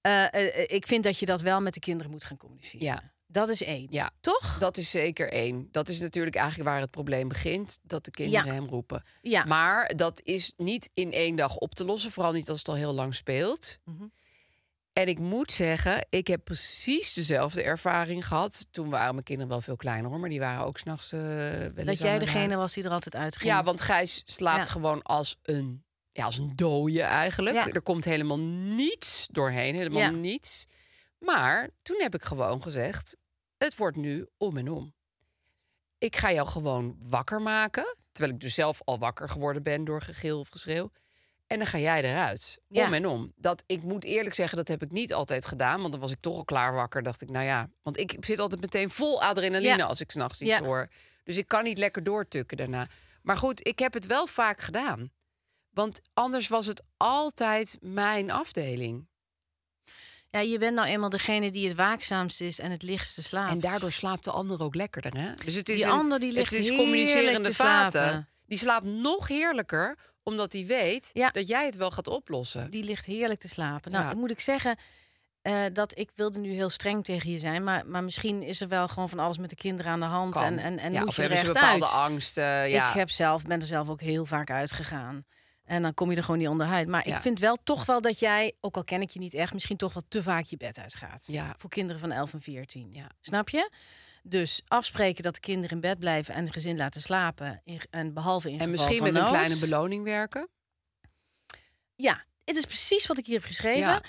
eh, eh, ik vind dat je dat wel met de kinderen moet gaan communiceren. Ja. Dat is één. Ja. Toch? Dat is zeker één. Dat is natuurlijk eigenlijk waar het probleem begint. Dat de kinderen Ja. hem roepen. Ja. Maar dat is niet in één dag op te lossen. Vooral niet als het al heel lang speelt. Mhm. En ik moet zeggen, ik heb precies dezelfde ervaring gehad. Toen waren mijn kinderen wel veel kleiner hoor. Maar die waren ook s'nachts eh wel dat eens jij aan en aan. degene was die er altijd uitging. Ja, want Gijs slaapt Ja. gewoon als een, ja, als een dode eigenlijk. Ja. Er komt helemaal niets doorheen, helemaal Ja. niets. Maar toen heb ik gewoon gezegd, het wordt nu om en om. Ik ga jou gewoon wakker maken, terwijl ik dus zelf al wakker geworden ben door gegil of geschreeuw. En dan ga jij eruit. Ja. Om en om. Dat, ik moet eerlijk zeggen, dat heb ik niet altijd gedaan. Want dan was ik toch al klaar wakker. Dacht ik, nou ja. Want ik zit altijd meteen vol adrenaline Ja. als ik s'nachts iets Ja. hoor. Dus ik kan niet lekker doortukken daarna. Maar goed, ik heb het wel vaak gedaan. Want anders was het altijd mijn afdeling. Ja, je bent nou eenmaal degene die het waakzaamst is en het lichtste slaapt. En daardoor slaapt de ander ook lekkerder, hè? Dus het is Ah, Die een, ander die ligt het is heerlijk communicerende te vaten. slapen. Die slaapt nog heerlijker, omdat hij weet Ja. dat jij het wel gaat oplossen. Die ligt heerlijk te slapen. Nou, Ja. moet ik zeggen eh, dat ik wilde nu heel streng tegen je zijn. Maar, maar misschien is er wel gewoon van alles met de kinderen aan de hand. Kan. En, en, en ja, moet of je hebben ze recht bepaalde uit. angsten? ja. Ik heb zelf, ben er zelf ook heel vaak uitgegaan. En dan kom je er gewoon niet onderuit. Maar Ja. ik vind wel toch wel dat jij, ook al ken ik je niet echt, misschien toch wel te vaak je bed uitgaat. Ja. Voor kinderen van 11 en 14. Ja. Snap je? Dus afspreken dat de kinderen in bed blijven en het gezin laten slapen. In, en behalve in en geval misschien van met een nood. kleine beloning werken. Ja, het is precies wat ik hier heb geschreven. Ja.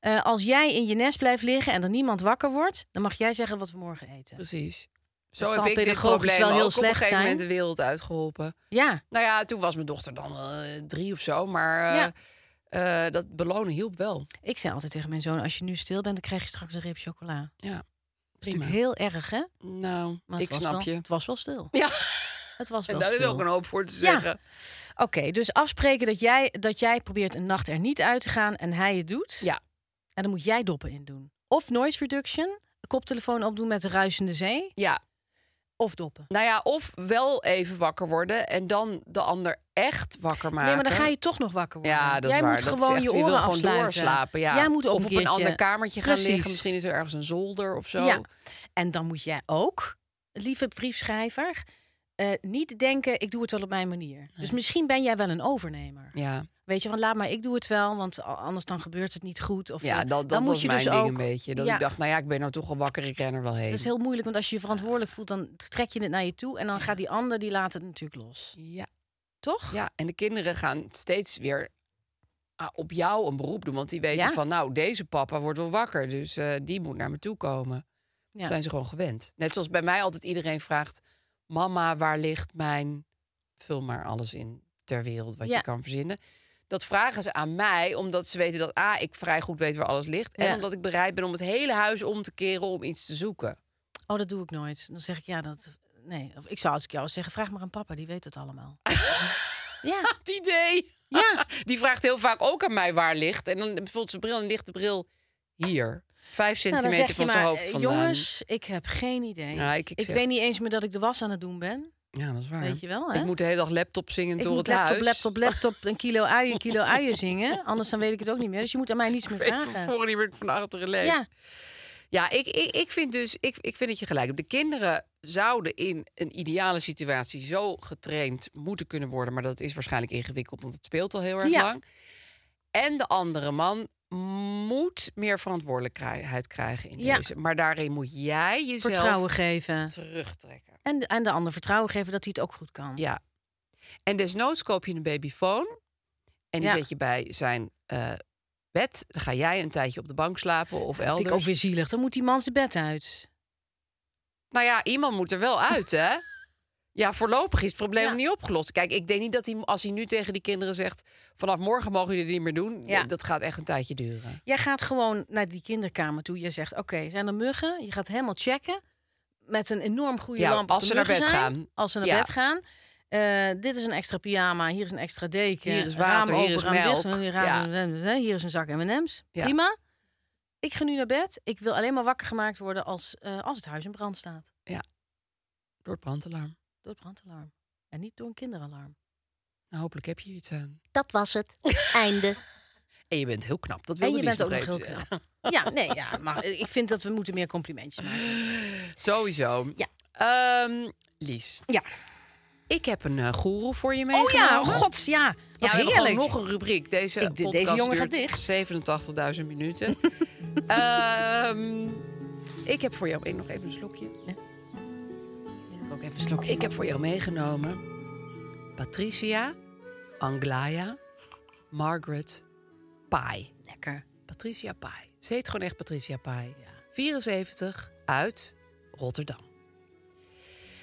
Eh, als jij in je nest blijft liggen en er niemand wakker wordt, dan mag jij zeggen wat we morgen eten. Precies. Dat Zo heb zal ik dit pedagogisch probleem wel heel ook op een slecht gegeven moment de zijn. wereld uitgeholpen. Ja, Nou ja, toen was mijn dochter dan eh, drie of zo. Maar eh, eh, dat belonen hielp wel. ik zei altijd tegen mijn zoon: als je nu stil bent, dan krijg je straks een reep chocola. Dat Ja, is natuurlijk heel erg, hè? Nou, Maar het ik was snap wel- je. Het was wel stil. Ja, Het was wel en daar is stil. ook een hoop voor te Ja. zeggen. Oké, dus afspreken dat jij, dat jij probeert een nacht er niet uit te gaan en hij het doet. Ja. En dan moet jij doppen in doen. Of noise reduction, een koptelefoon opdoen met de ruisende zee. ja, Of doppen. Nou ja, of wel even wakker worden en dan de ander echt wakker maken. Nee, maar dan ga je toch nog wakker worden. Ja, dat Jij is waar. moet dat is gewoon echt- je je oren wil gewoon afsluiten. doorslapen. Ja. Jij moet ook of op een keertje- ander kamertje gaan Precies. liggen. Misschien is er ergens een zolder of zo. Ja. En dan moet jij ook, lieve briefschrijver, eh, niet denken: ik doe het wel op mijn manier. Dus misschien ben jij wel een overnemer. ja. Weet je, van laat maar, ik doe het wel, want a- anders dan gebeurt het niet goed. Of, Ja, eh, dat, dat dan was moet je mijn dus ding ook, een beetje. Dat ja, ik dacht, nou ja, ik ben nou toch al wakker, ik ren er wel heen. Dat is heel moeilijk, want als je je verantwoordelijk voelt, dan trek je het naar je toe. En dan gaat die ander, die laat het natuurlijk los. ja. Toch? ja, en de kinderen gaan steeds weer ah, op jou een beroep doen. Want die weten Ja. van, nou, deze papa wordt wel wakker. Dus eh, die moet naar me toe komen. Ja. Zijn ze gewoon gewend. Net zoals bij mij altijd iedereen vraagt... mama, waar ligt mijn... vul maar alles in ter wereld wat Ja. je kan verzinnen. Dat vragen ze aan mij omdat ze weten dat... A, ik vrij goed weet waar alles ligt. En Ja. omdat ik bereid ben om het hele huis om te keren om iets te zoeken. Oh, dat doe ik nooit. Dan zeg ik ja, dat. Nee, of ik zou als ik jou zeggen, vraag maar aan papa, die weet het allemaal. ja, Nou, Het idee! ja. Die vraagt heel vaak ook aan mij waar ligt. En dan bijvoorbeeld zijn bril en ligt de bril hier. Vijf Nou, centimeter van zijn hoofd eh, vandaan. Jongens, ik heb geen idee. Ja, ik- ik ik zeg- weet niet eens meer dat ik de was aan het doen ben. Ja, dat is waar. Weet je wel, hè? Ik moet de hele dag laptop zingen Ik door moet het laptop, huis. laptop, laptop, een kilo uien, een kilo uien zingen. Anders dan weet ik het ook niet meer. Dus je moet aan mij niets meer Ik weet van vragen. voren niet meer van achteren leeg. Ja, Ja, ik, ik, ik vind dus, ik, ik vind dat je gelijk hebt. De kinderen zouden in een ideale situatie zo getraind moeten kunnen worden. Maar dat is waarschijnlijk ingewikkeld, want het speelt al heel erg Ja. lang. En de andere man moet meer verantwoordelijkheid krijgen in Ja. deze. Maar daarin moet jij jezelf vertrouwen geven. terugtrekken. En de, en de ander vertrouwen geven dat hij het ook goed kan. Ja. En desnoods koop je een babyfoon. En die Ja. zet je bij zijn eh, bed. Dan ga jij een tijdje op de bank slapen of dat vind elders. ik ook weer zielig. Dan moet die man zijn bed uit. Nou ja, iemand moet er wel uit, hè? Ja, voorlopig is het probleem Ja. niet opgelost. Kijk, ik denk niet dat hij, als hij nu tegen die kinderen zegt... vanaf morgen mogen jullie dit niet meer doen. Ja. Dat gaat echt een tijdje duren. Jij gaat gewoon naar die kinderkamer toe. Je zegt, oké, zijn er muggen? Je gaat helemaal checken met een enorm goede Ja, lamp. of als er ze naar muggen bed zijn. gaan. Als ze naar Ja. bed gaan. Eh, dit is een extra pyjama, hier is een extra deken. Hier is raam water, hier open, is raam melk. dicht, hier, raam- hier is een zak M&M's. Ja. Prima. Ik ga nu naar bed. Ik wil alleen maar wakker gemaakt worden als, eh, als het huis in brand staat. Door het brandalarm. Door het brandalarm. En niet door een kinderalarm. Nou, hopelijk heb je hier eh. iets aan. Dat was het. Einde. En je bent heel knap. Dat En wilde je Lies bent ook nog heel even zeggen. knap. Ja, nee, ja, maar ik vind dat we moeten meer complimentjes maken. Sowieso. Ja. Ehm, Lies, Ja. ik heb een eh goeroe voor je Oh meegenomen. ja, gods, ja. Wat ja, we hebben heerlijk. gewoon nog een rubriek. Deze Ik- de- deze podcast jongen gaat duurt 87.000 minuten. Ehm, ik heb voor jou eh, nog even een slokje. Ik ook even een slokje. Ik heb voor jou meegenomen Patricia, Anglaya, Margaret, Pai. Lekker. Patricia Pai. Ze heet gewoon echt Patricia Pai. 74 uit Rotterdam.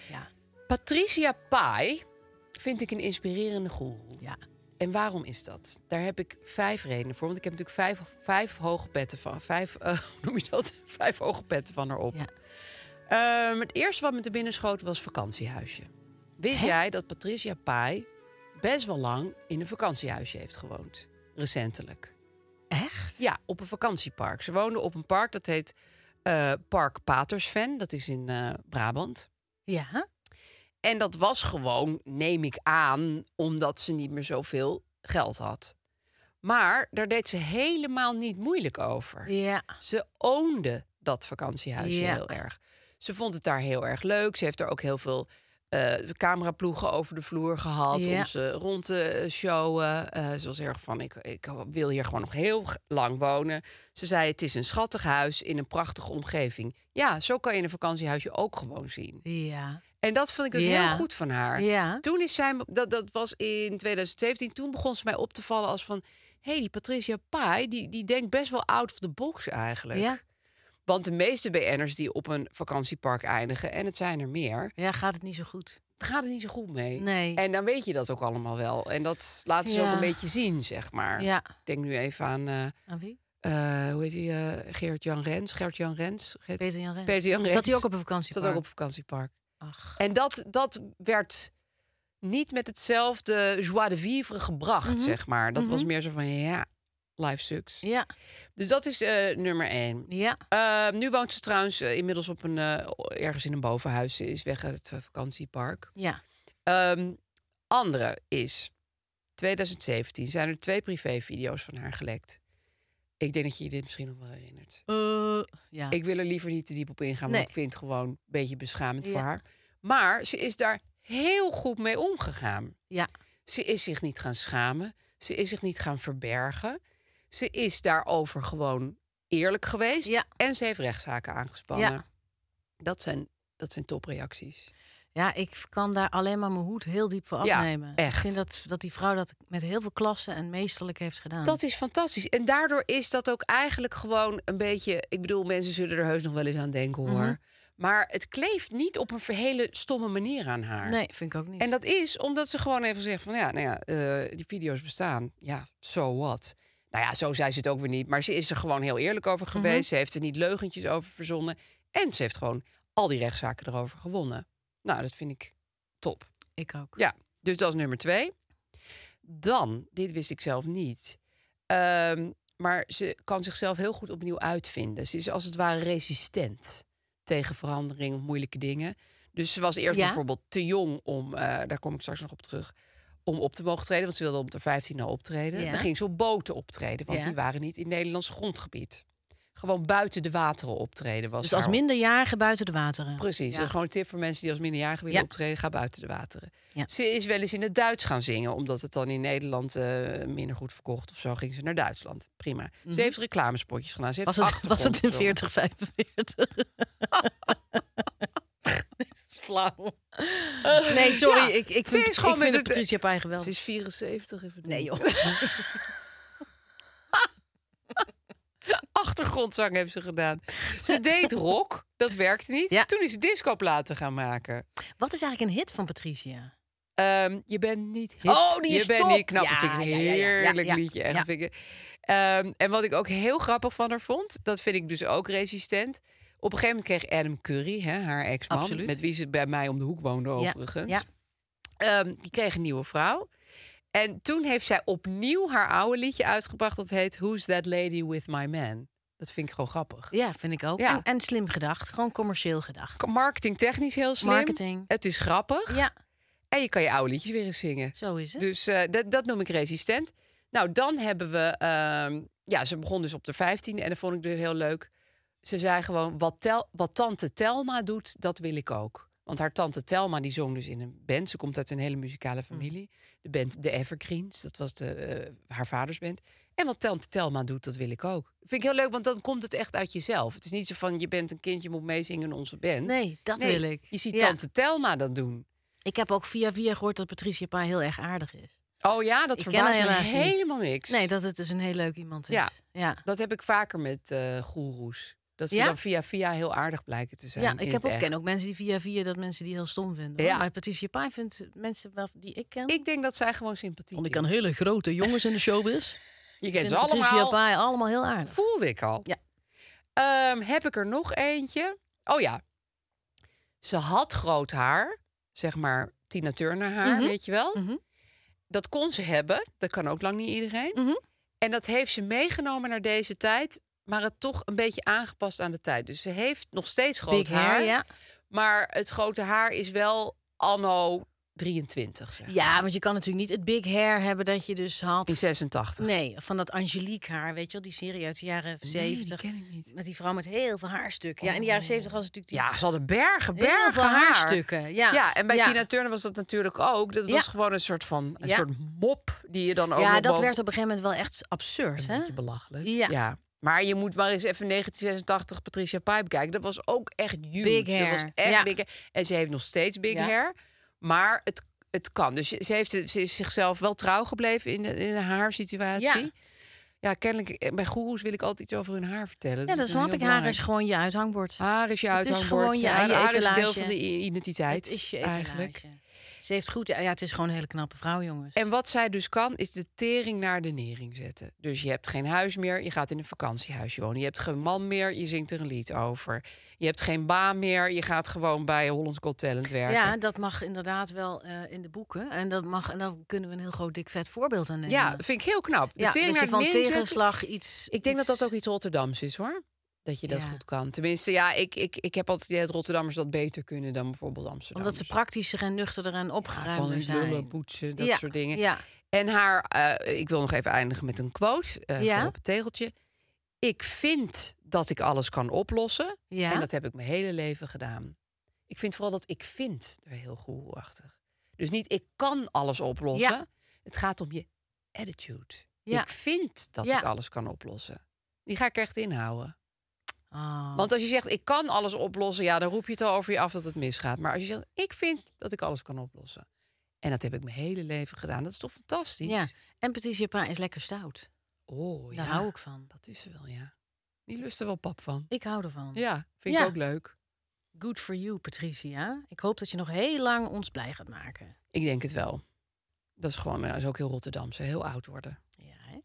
Ja. Patricia Pai vind ik een inspirerende goeroe. Ja. En waarom is dat? Daar heb ik vijf redenen voor. Want ik heb natuurlijk vijf, vijf hoge petten van. Vijf, eh, hoe noem je dat? Vijf hoge petten van erop. Ja. Ehm, het eerste wat me te binnen schoot was vakantiehuisje. Wist jij dat Patricia Pai best wel lang in een vakantiehuisje heeft gewoond? Recentelijk. Echt? Ja, op een vakantiepark. Ze woonde op een park dat heet eh, Park Patersven. Dat is in eh, Brabant. Ja? En dat was gewoon, neem ik aan, omdat ze niet meer zoveel geld had. Maar daar deed ze helemaal niet moeilijk over. Ja. Ze oonde dat vakantiehuisje Ja. heel erg. Ze vond het daar heel erg leuk. Ze heeft er ook heel veel eh, cameraploegen over de vloer gehad Ja. om ze rond te showen. Eh, ze was heel erg van, ik, ik wil hier gewoon nog heel g- lang wonen. Ze zei, het is een schattig huis in een prachtige omgeving. Ja, zo kan je een vakantiehuisje ook gewoon zien. Ja. En dat vond ik dus Ja. heel goed van haar. Ja. Toen is zij, dat, dat was in 2017, toen begon ze mij op te vallen als van... hé, hey, die Patricia Pai, die, die denkt best wel out of the box eigenlijk. Ja. Want de meeste BN'ers die op een vakantiepark eindigen, en het zijn er meer... Ja, gaat het niet zo goed. gaat het niet zo goed mee. Nee. En dan weet je dat ook allemaal wel. En dat laten ze Ja. ook een beetje zien, zeg maar. Ja. Ik denk nu even aan... eh, Aan wie? eh, hoe heet die? eh, Geert-Jan Rens. Geert-Jan Rens. Geert- Peter Jan Rens. Peter Jan Rens. Zat hij ook op een vakantie? Zat ook op vakantiepark. Ach. En dat, dat werd niet met hetzelfde joie de vivre gebracht, zeg maar. Dat was meer zo van, ja, life sucks. Mhm. Ja. Dus dat is eh, nummer één. Ja. Eh, nu woont ze trouwens eh, inmiddels op een, eh, ergens in een bovenhuis. Ze is weg uit het eh, vakantiepark. Ja. Ehm, andere is, 2017 zijn er twee privévideo's van haar gelekt. Ik denk dat je je dit misschien nog wel herinnert. Eh, ja. Ik wil er liever niet te diep op ingaan, want Nee. ik vind het gewoon een beetje beschamend voor Ja. haar. Maar ze is daar heel goed mee omgegaan. Ja. Ze is zich niet gaan schamen. Ze is zich niet gaan verbergen. Ze is daarover gewoon eerlijk geweest. Ja. En ze heeft rechtszaken aangespannen. Ja. Dat, zijn, dat zijn topreacties. Ja, ik kan daar alleen maar mijn hoed heel diep voor Ja, afnemen. echt. Ik vind dat, dat die vrouw dat met heel veel klasse en meesterlijk heeft gedaan. Dat is fantastisch. En daardoor is dat ook eigenlijk gewoon een beetje... Ik bedoel, mensen zullen er heus nog wel eens aan denken, hoor. Mhm. Maar het kleeft niet op een hele stomme manier aan haar. Nee, vind ik ook niet. En dat is omdat ze gewoon even zegt van ja, nou ja, eh, die video's bestaan. Ja, so what? Nou ja, zo zei ze het ook weer niet. Maar ze is er gewoon heel eerlijk over Mhm. geweest. Ze heeft er niet leugentjes over verzonnen. En ze heeft gewoon al die rechtszaken erover gewonnen. Nou, dat vind ik top. Ik ook. Ja, dus dat is nummer twee. Dan, dit wist ik zelf niet. Ehm, maar ze kan zichzelf heel goed opnieuw uitvinden. Ze is als het ware resistent tegen verandering of moeilijke dingen. Dus ze was eerst Ja. bijvoorbeeld te jong om, eh, daar kom ik straks nog op terug, om op te mogen treden. Want ze wilde op de 15 al optreden. Ja. Dan ging ze op boten optreden, want Ja. die waren niet in Nederlands grondgebied. Gewoon buiten de wateren optreden was. Dus als haar- minderjarige buiten de wateren. Precies, Ja. dat is gewoon een tip voor mensen die als minderjarige willen Ja. optreden. Ga buiten de wateren. Ja. Ze is wel eens in het Duits gaan zingen, omdat het dan in Nederland eh, minder goed verkocht of zo. Ging ze naar Duitsland. Prima. Ze heeft reclamespotjes gedaan. Ze heeft Mhm. Was het, was het in 40, 45? Flauw. Nee, sorry. Ja, ik, ik ze vind, is gewoon ik vind met de het- eh, Patricia Pai Ze geweldig. is 74 even. Nee, joh. Achtergrondzang heeft ze gedaan. Ze deed rock, dat werkte niet. Ja. Toen is ze discoplaten gaan maken. Wat is eigenlijk een hit van Patricia? Ehm, je bent niet hip. Oh, die je is bent top. niet knap. Ja, dat vind ik een ja, ja, ja, ja, heerlijk ja, liedje. echt. ja. Vind ik- Ehm, en wat ik ook heel grappig van haar vond, dat vind ik dus ook resistent. Op een gegeven moment kreeg Adam Curry, hè, haar ex-man, Absoluut. met wie ze bij mij om de hoek woonde Ja, overigens. ja. Ehm, die kreeg een nieuwe vrouw. En toen heeft zij opnieuw haar oude liedje uitgebracht. Dat heet Who's That Lady With My Man? Dat vind ik gewoon grappig. Ja, vind ik ook. Ja. En, en slim gedacht. Gewoon commercieel gedacht. Marketingtechnisch heel slim. Marketing. Het is grappig. Ja, En je kan je oude liedjes weer eens zingen. zo is het. Dus eh, dat, dat noem ik resistent. Nou, dan hebben we... ehm, ja, ze begon dus op de 15e en dat vond ik dus heel leuk. Ze zei gewoon, wat, tel, wat tante Telma doet, dat wil ik ook. Want haar tante Telma, die zong dus in een band. Ze komt uit een hele muzikale Hmm. familie. De band The Evergreens, dat was de, eh, haar vaders band. En wat tante Telma doet, dat wil ik ook. Vind ik heel leuk, want dan komt het echt uit jezelf. Het is niet zo van, je bent een kindje, moet meezingen in onze band. Nee, dat wil ik. Je ziet Ja. tante Telma dat doen. Ik heb ook via via gehoord dat Patricia Pai heel erg aardig is. Oh ja, dat Ik ken verbaast haar me helaas niet. helemaal niks. Nee, dat het dus een heel leuk iemand is. Ja. ja. Dat heb ik vaker met eh goeroes. Dat ze Ja? dan via via heel aardig blijken te zijn. Ja, in ik heb het ook, echt. ken ook mensen die via via dat mensen die heel stom vinden. hoor. Ja. Maar Patricia Pai vindt mensen wel die ik ken. Ik denk dat zij gewoon sympathie Want ik ken hele grote jongens in de showbiz. Je Ik kent ze vind Patricia allemaal. Pai allemaal heel aardig. Voelde ik al. Ja. Ehm, heb ik er nog eentje? Oh ja. Ze had groot haar. Zeg maar Tina Turner haar, weet je wel. Mhm. Dat kon ze hebben. Dat kan ook lang niet iedereen. Mhm. En dat heeft ze meegenomen naar deze tijd. Maar het toch een beetje aangepast aan de tijd. Dus ze heeft nog steeds groot Big hair, haar. ja. Maar het grote haar is wel anno 23, zeg. Ja, want je kan natuurlijk niet het big hair hebben dat je dus had. In 86. Nee, van dat Angelique haar, weet je wel, die serie uit de jaren 70. ken ik niet. Met die vrouw met heel veel haarstukken. Ja, in de jaren 70 was het natuurlijk die Ja, ze hadden bergen, Heel bergen veel haar. haarstukken, ja. en bij Ja. Tina Turner was dat natuurlijk ook. Dat was Ja. gewoon een soort van een Ja. soort mop die je dan ook Ja, nog dat boven- werd op een gegeven moment wel echt absurd, een hè? beetje belachelijk. Ja. Maar je moet maar eens even 1986 Patricia Pipe kijken. Dat was ook echt huge. Big Ze was hair, echt ja. big hair. En ze heeft nog steeds big Ja. hair. Maar het, het kan. Dus ze, heeft, ze is zichzelf wel trouw gebleven in, de, in haar situatie. Ja. Ja. kennelijk eh, bij goeroes wil ik altijd iets over hun haar vertellen. Ja, is dat een snap heel ik. Haar is belangrijk- gewoon je uithangbord. Haar is je Het is uithangbord. gewoon je- haar, je haar is een deel etalage. van de i- identiteit. Het is je eigenlijk. etalage. Ze heeft goed... Ja, het is gewoon een hele knappe vrouw, jongens. En wat zij dus kan, is de tering naar de nering zetten. Dus je hebt geen huis meer, je gaat in een vakantiehuisje wonen. Je hebt geen man meer, je zingt er een lied over. Je hebt geen baan meer, je gaat gewoon bij Hollands Got Talent werken. Ja, dat mag inderdaad wel eh, in de boeken. En dat mag, en daar kunnen we een heel groot, dik, vet voorbeeld aan nemen. Ja, vind ik heel knap. De eh. Ja, dus tering naar je van de nering zetten. tegenslag iets... Ik denk dat dat iets- ook iets Rotterdams is, hoor. Dat je dat Ja. goed kan. Tenminste, ja, ik, ik, ik heb altijd het idee dat Rotterdammers dat beter kunnen dan bijvoorbeeld Amsterdam. Omdat ze praktischer en nuchterder en van opgeruimder hun zijn. lullen, poetsen, dat Ja, soort dingen. Ja, En haar, eh, ik wil nog even eindigen met een quote eh, Ja. voor op het tegeltje. Ik vind dat ik alles kan oplossen. Ja. En dat heb ik mijn hele leven gedaan. Ik vind vooral dat ik vind er heel goeroachtig. Dus niet ik kan alles oplossen. Ja. Het gaat om je attitude. Ja. Ik vind dat Ja. ik alles kan oplossen. Die ga ik er echt inhouden. Ah. Want als je zegt ik kan alles oplossen, ja, dan roep je het al over je af dat het misgaat. Maar als je zegt ik vind dat ik alles kan oplossen. En dat heb ik mijn hele leven gedaan. Dat is toch fantastisch? ja. En Patricia Pa is lekker stout. Oh, ja. Daar hou ik van. Dat is ze wel, ja. Die lust er wel pap van. Ik hou ervan. Ja, vind ik Ja. ook leuk. Good for you, Patricia. Ik hoop dat je nog heel lang ons blij gaat maken. Ik denk het wel. Dat is gewoon, eh, dat is ook heel Rotterdamse, heel oud worden. Ja, hè?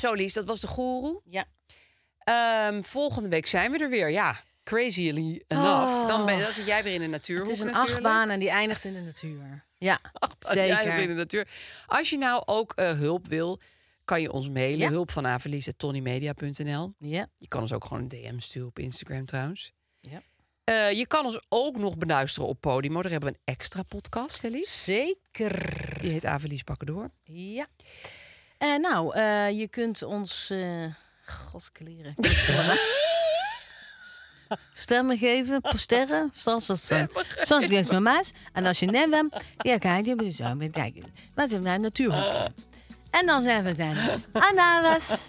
Zo, Lies, dat was de goeroe. ja. Ehm, volgende week zijn we er weer. Ja, crazily enough. Dan, ben, dan zit jij weer in de natuur. Oh. Het is een achtbaan en die eindigt in de natuur. Ja, zeker. in de natuur. Als je nou ook eh, hulp wil, kan je ons mailen. Ja. Hulp van tonymedia.nl. Ja. Je kan ons ook gewoon een DM sturen op Instagram trouwens. ja. Eh, je kan ons ook nog beluisteren op Podimo. Daar hebben we een extra podcast, hè Lies? Zeker. Die heet Avelies Bakken Door. Ja. Eh, nou, eh, je kunt ons... eh godskleren. Stemmen geven, sterren, zoals dat zijn. Zoals het is met maas. En als je net bent, ja, kijk, je bent zo met kijken. Met hem naar de natuurhoek. En dan zijn we tijdens. En daar was.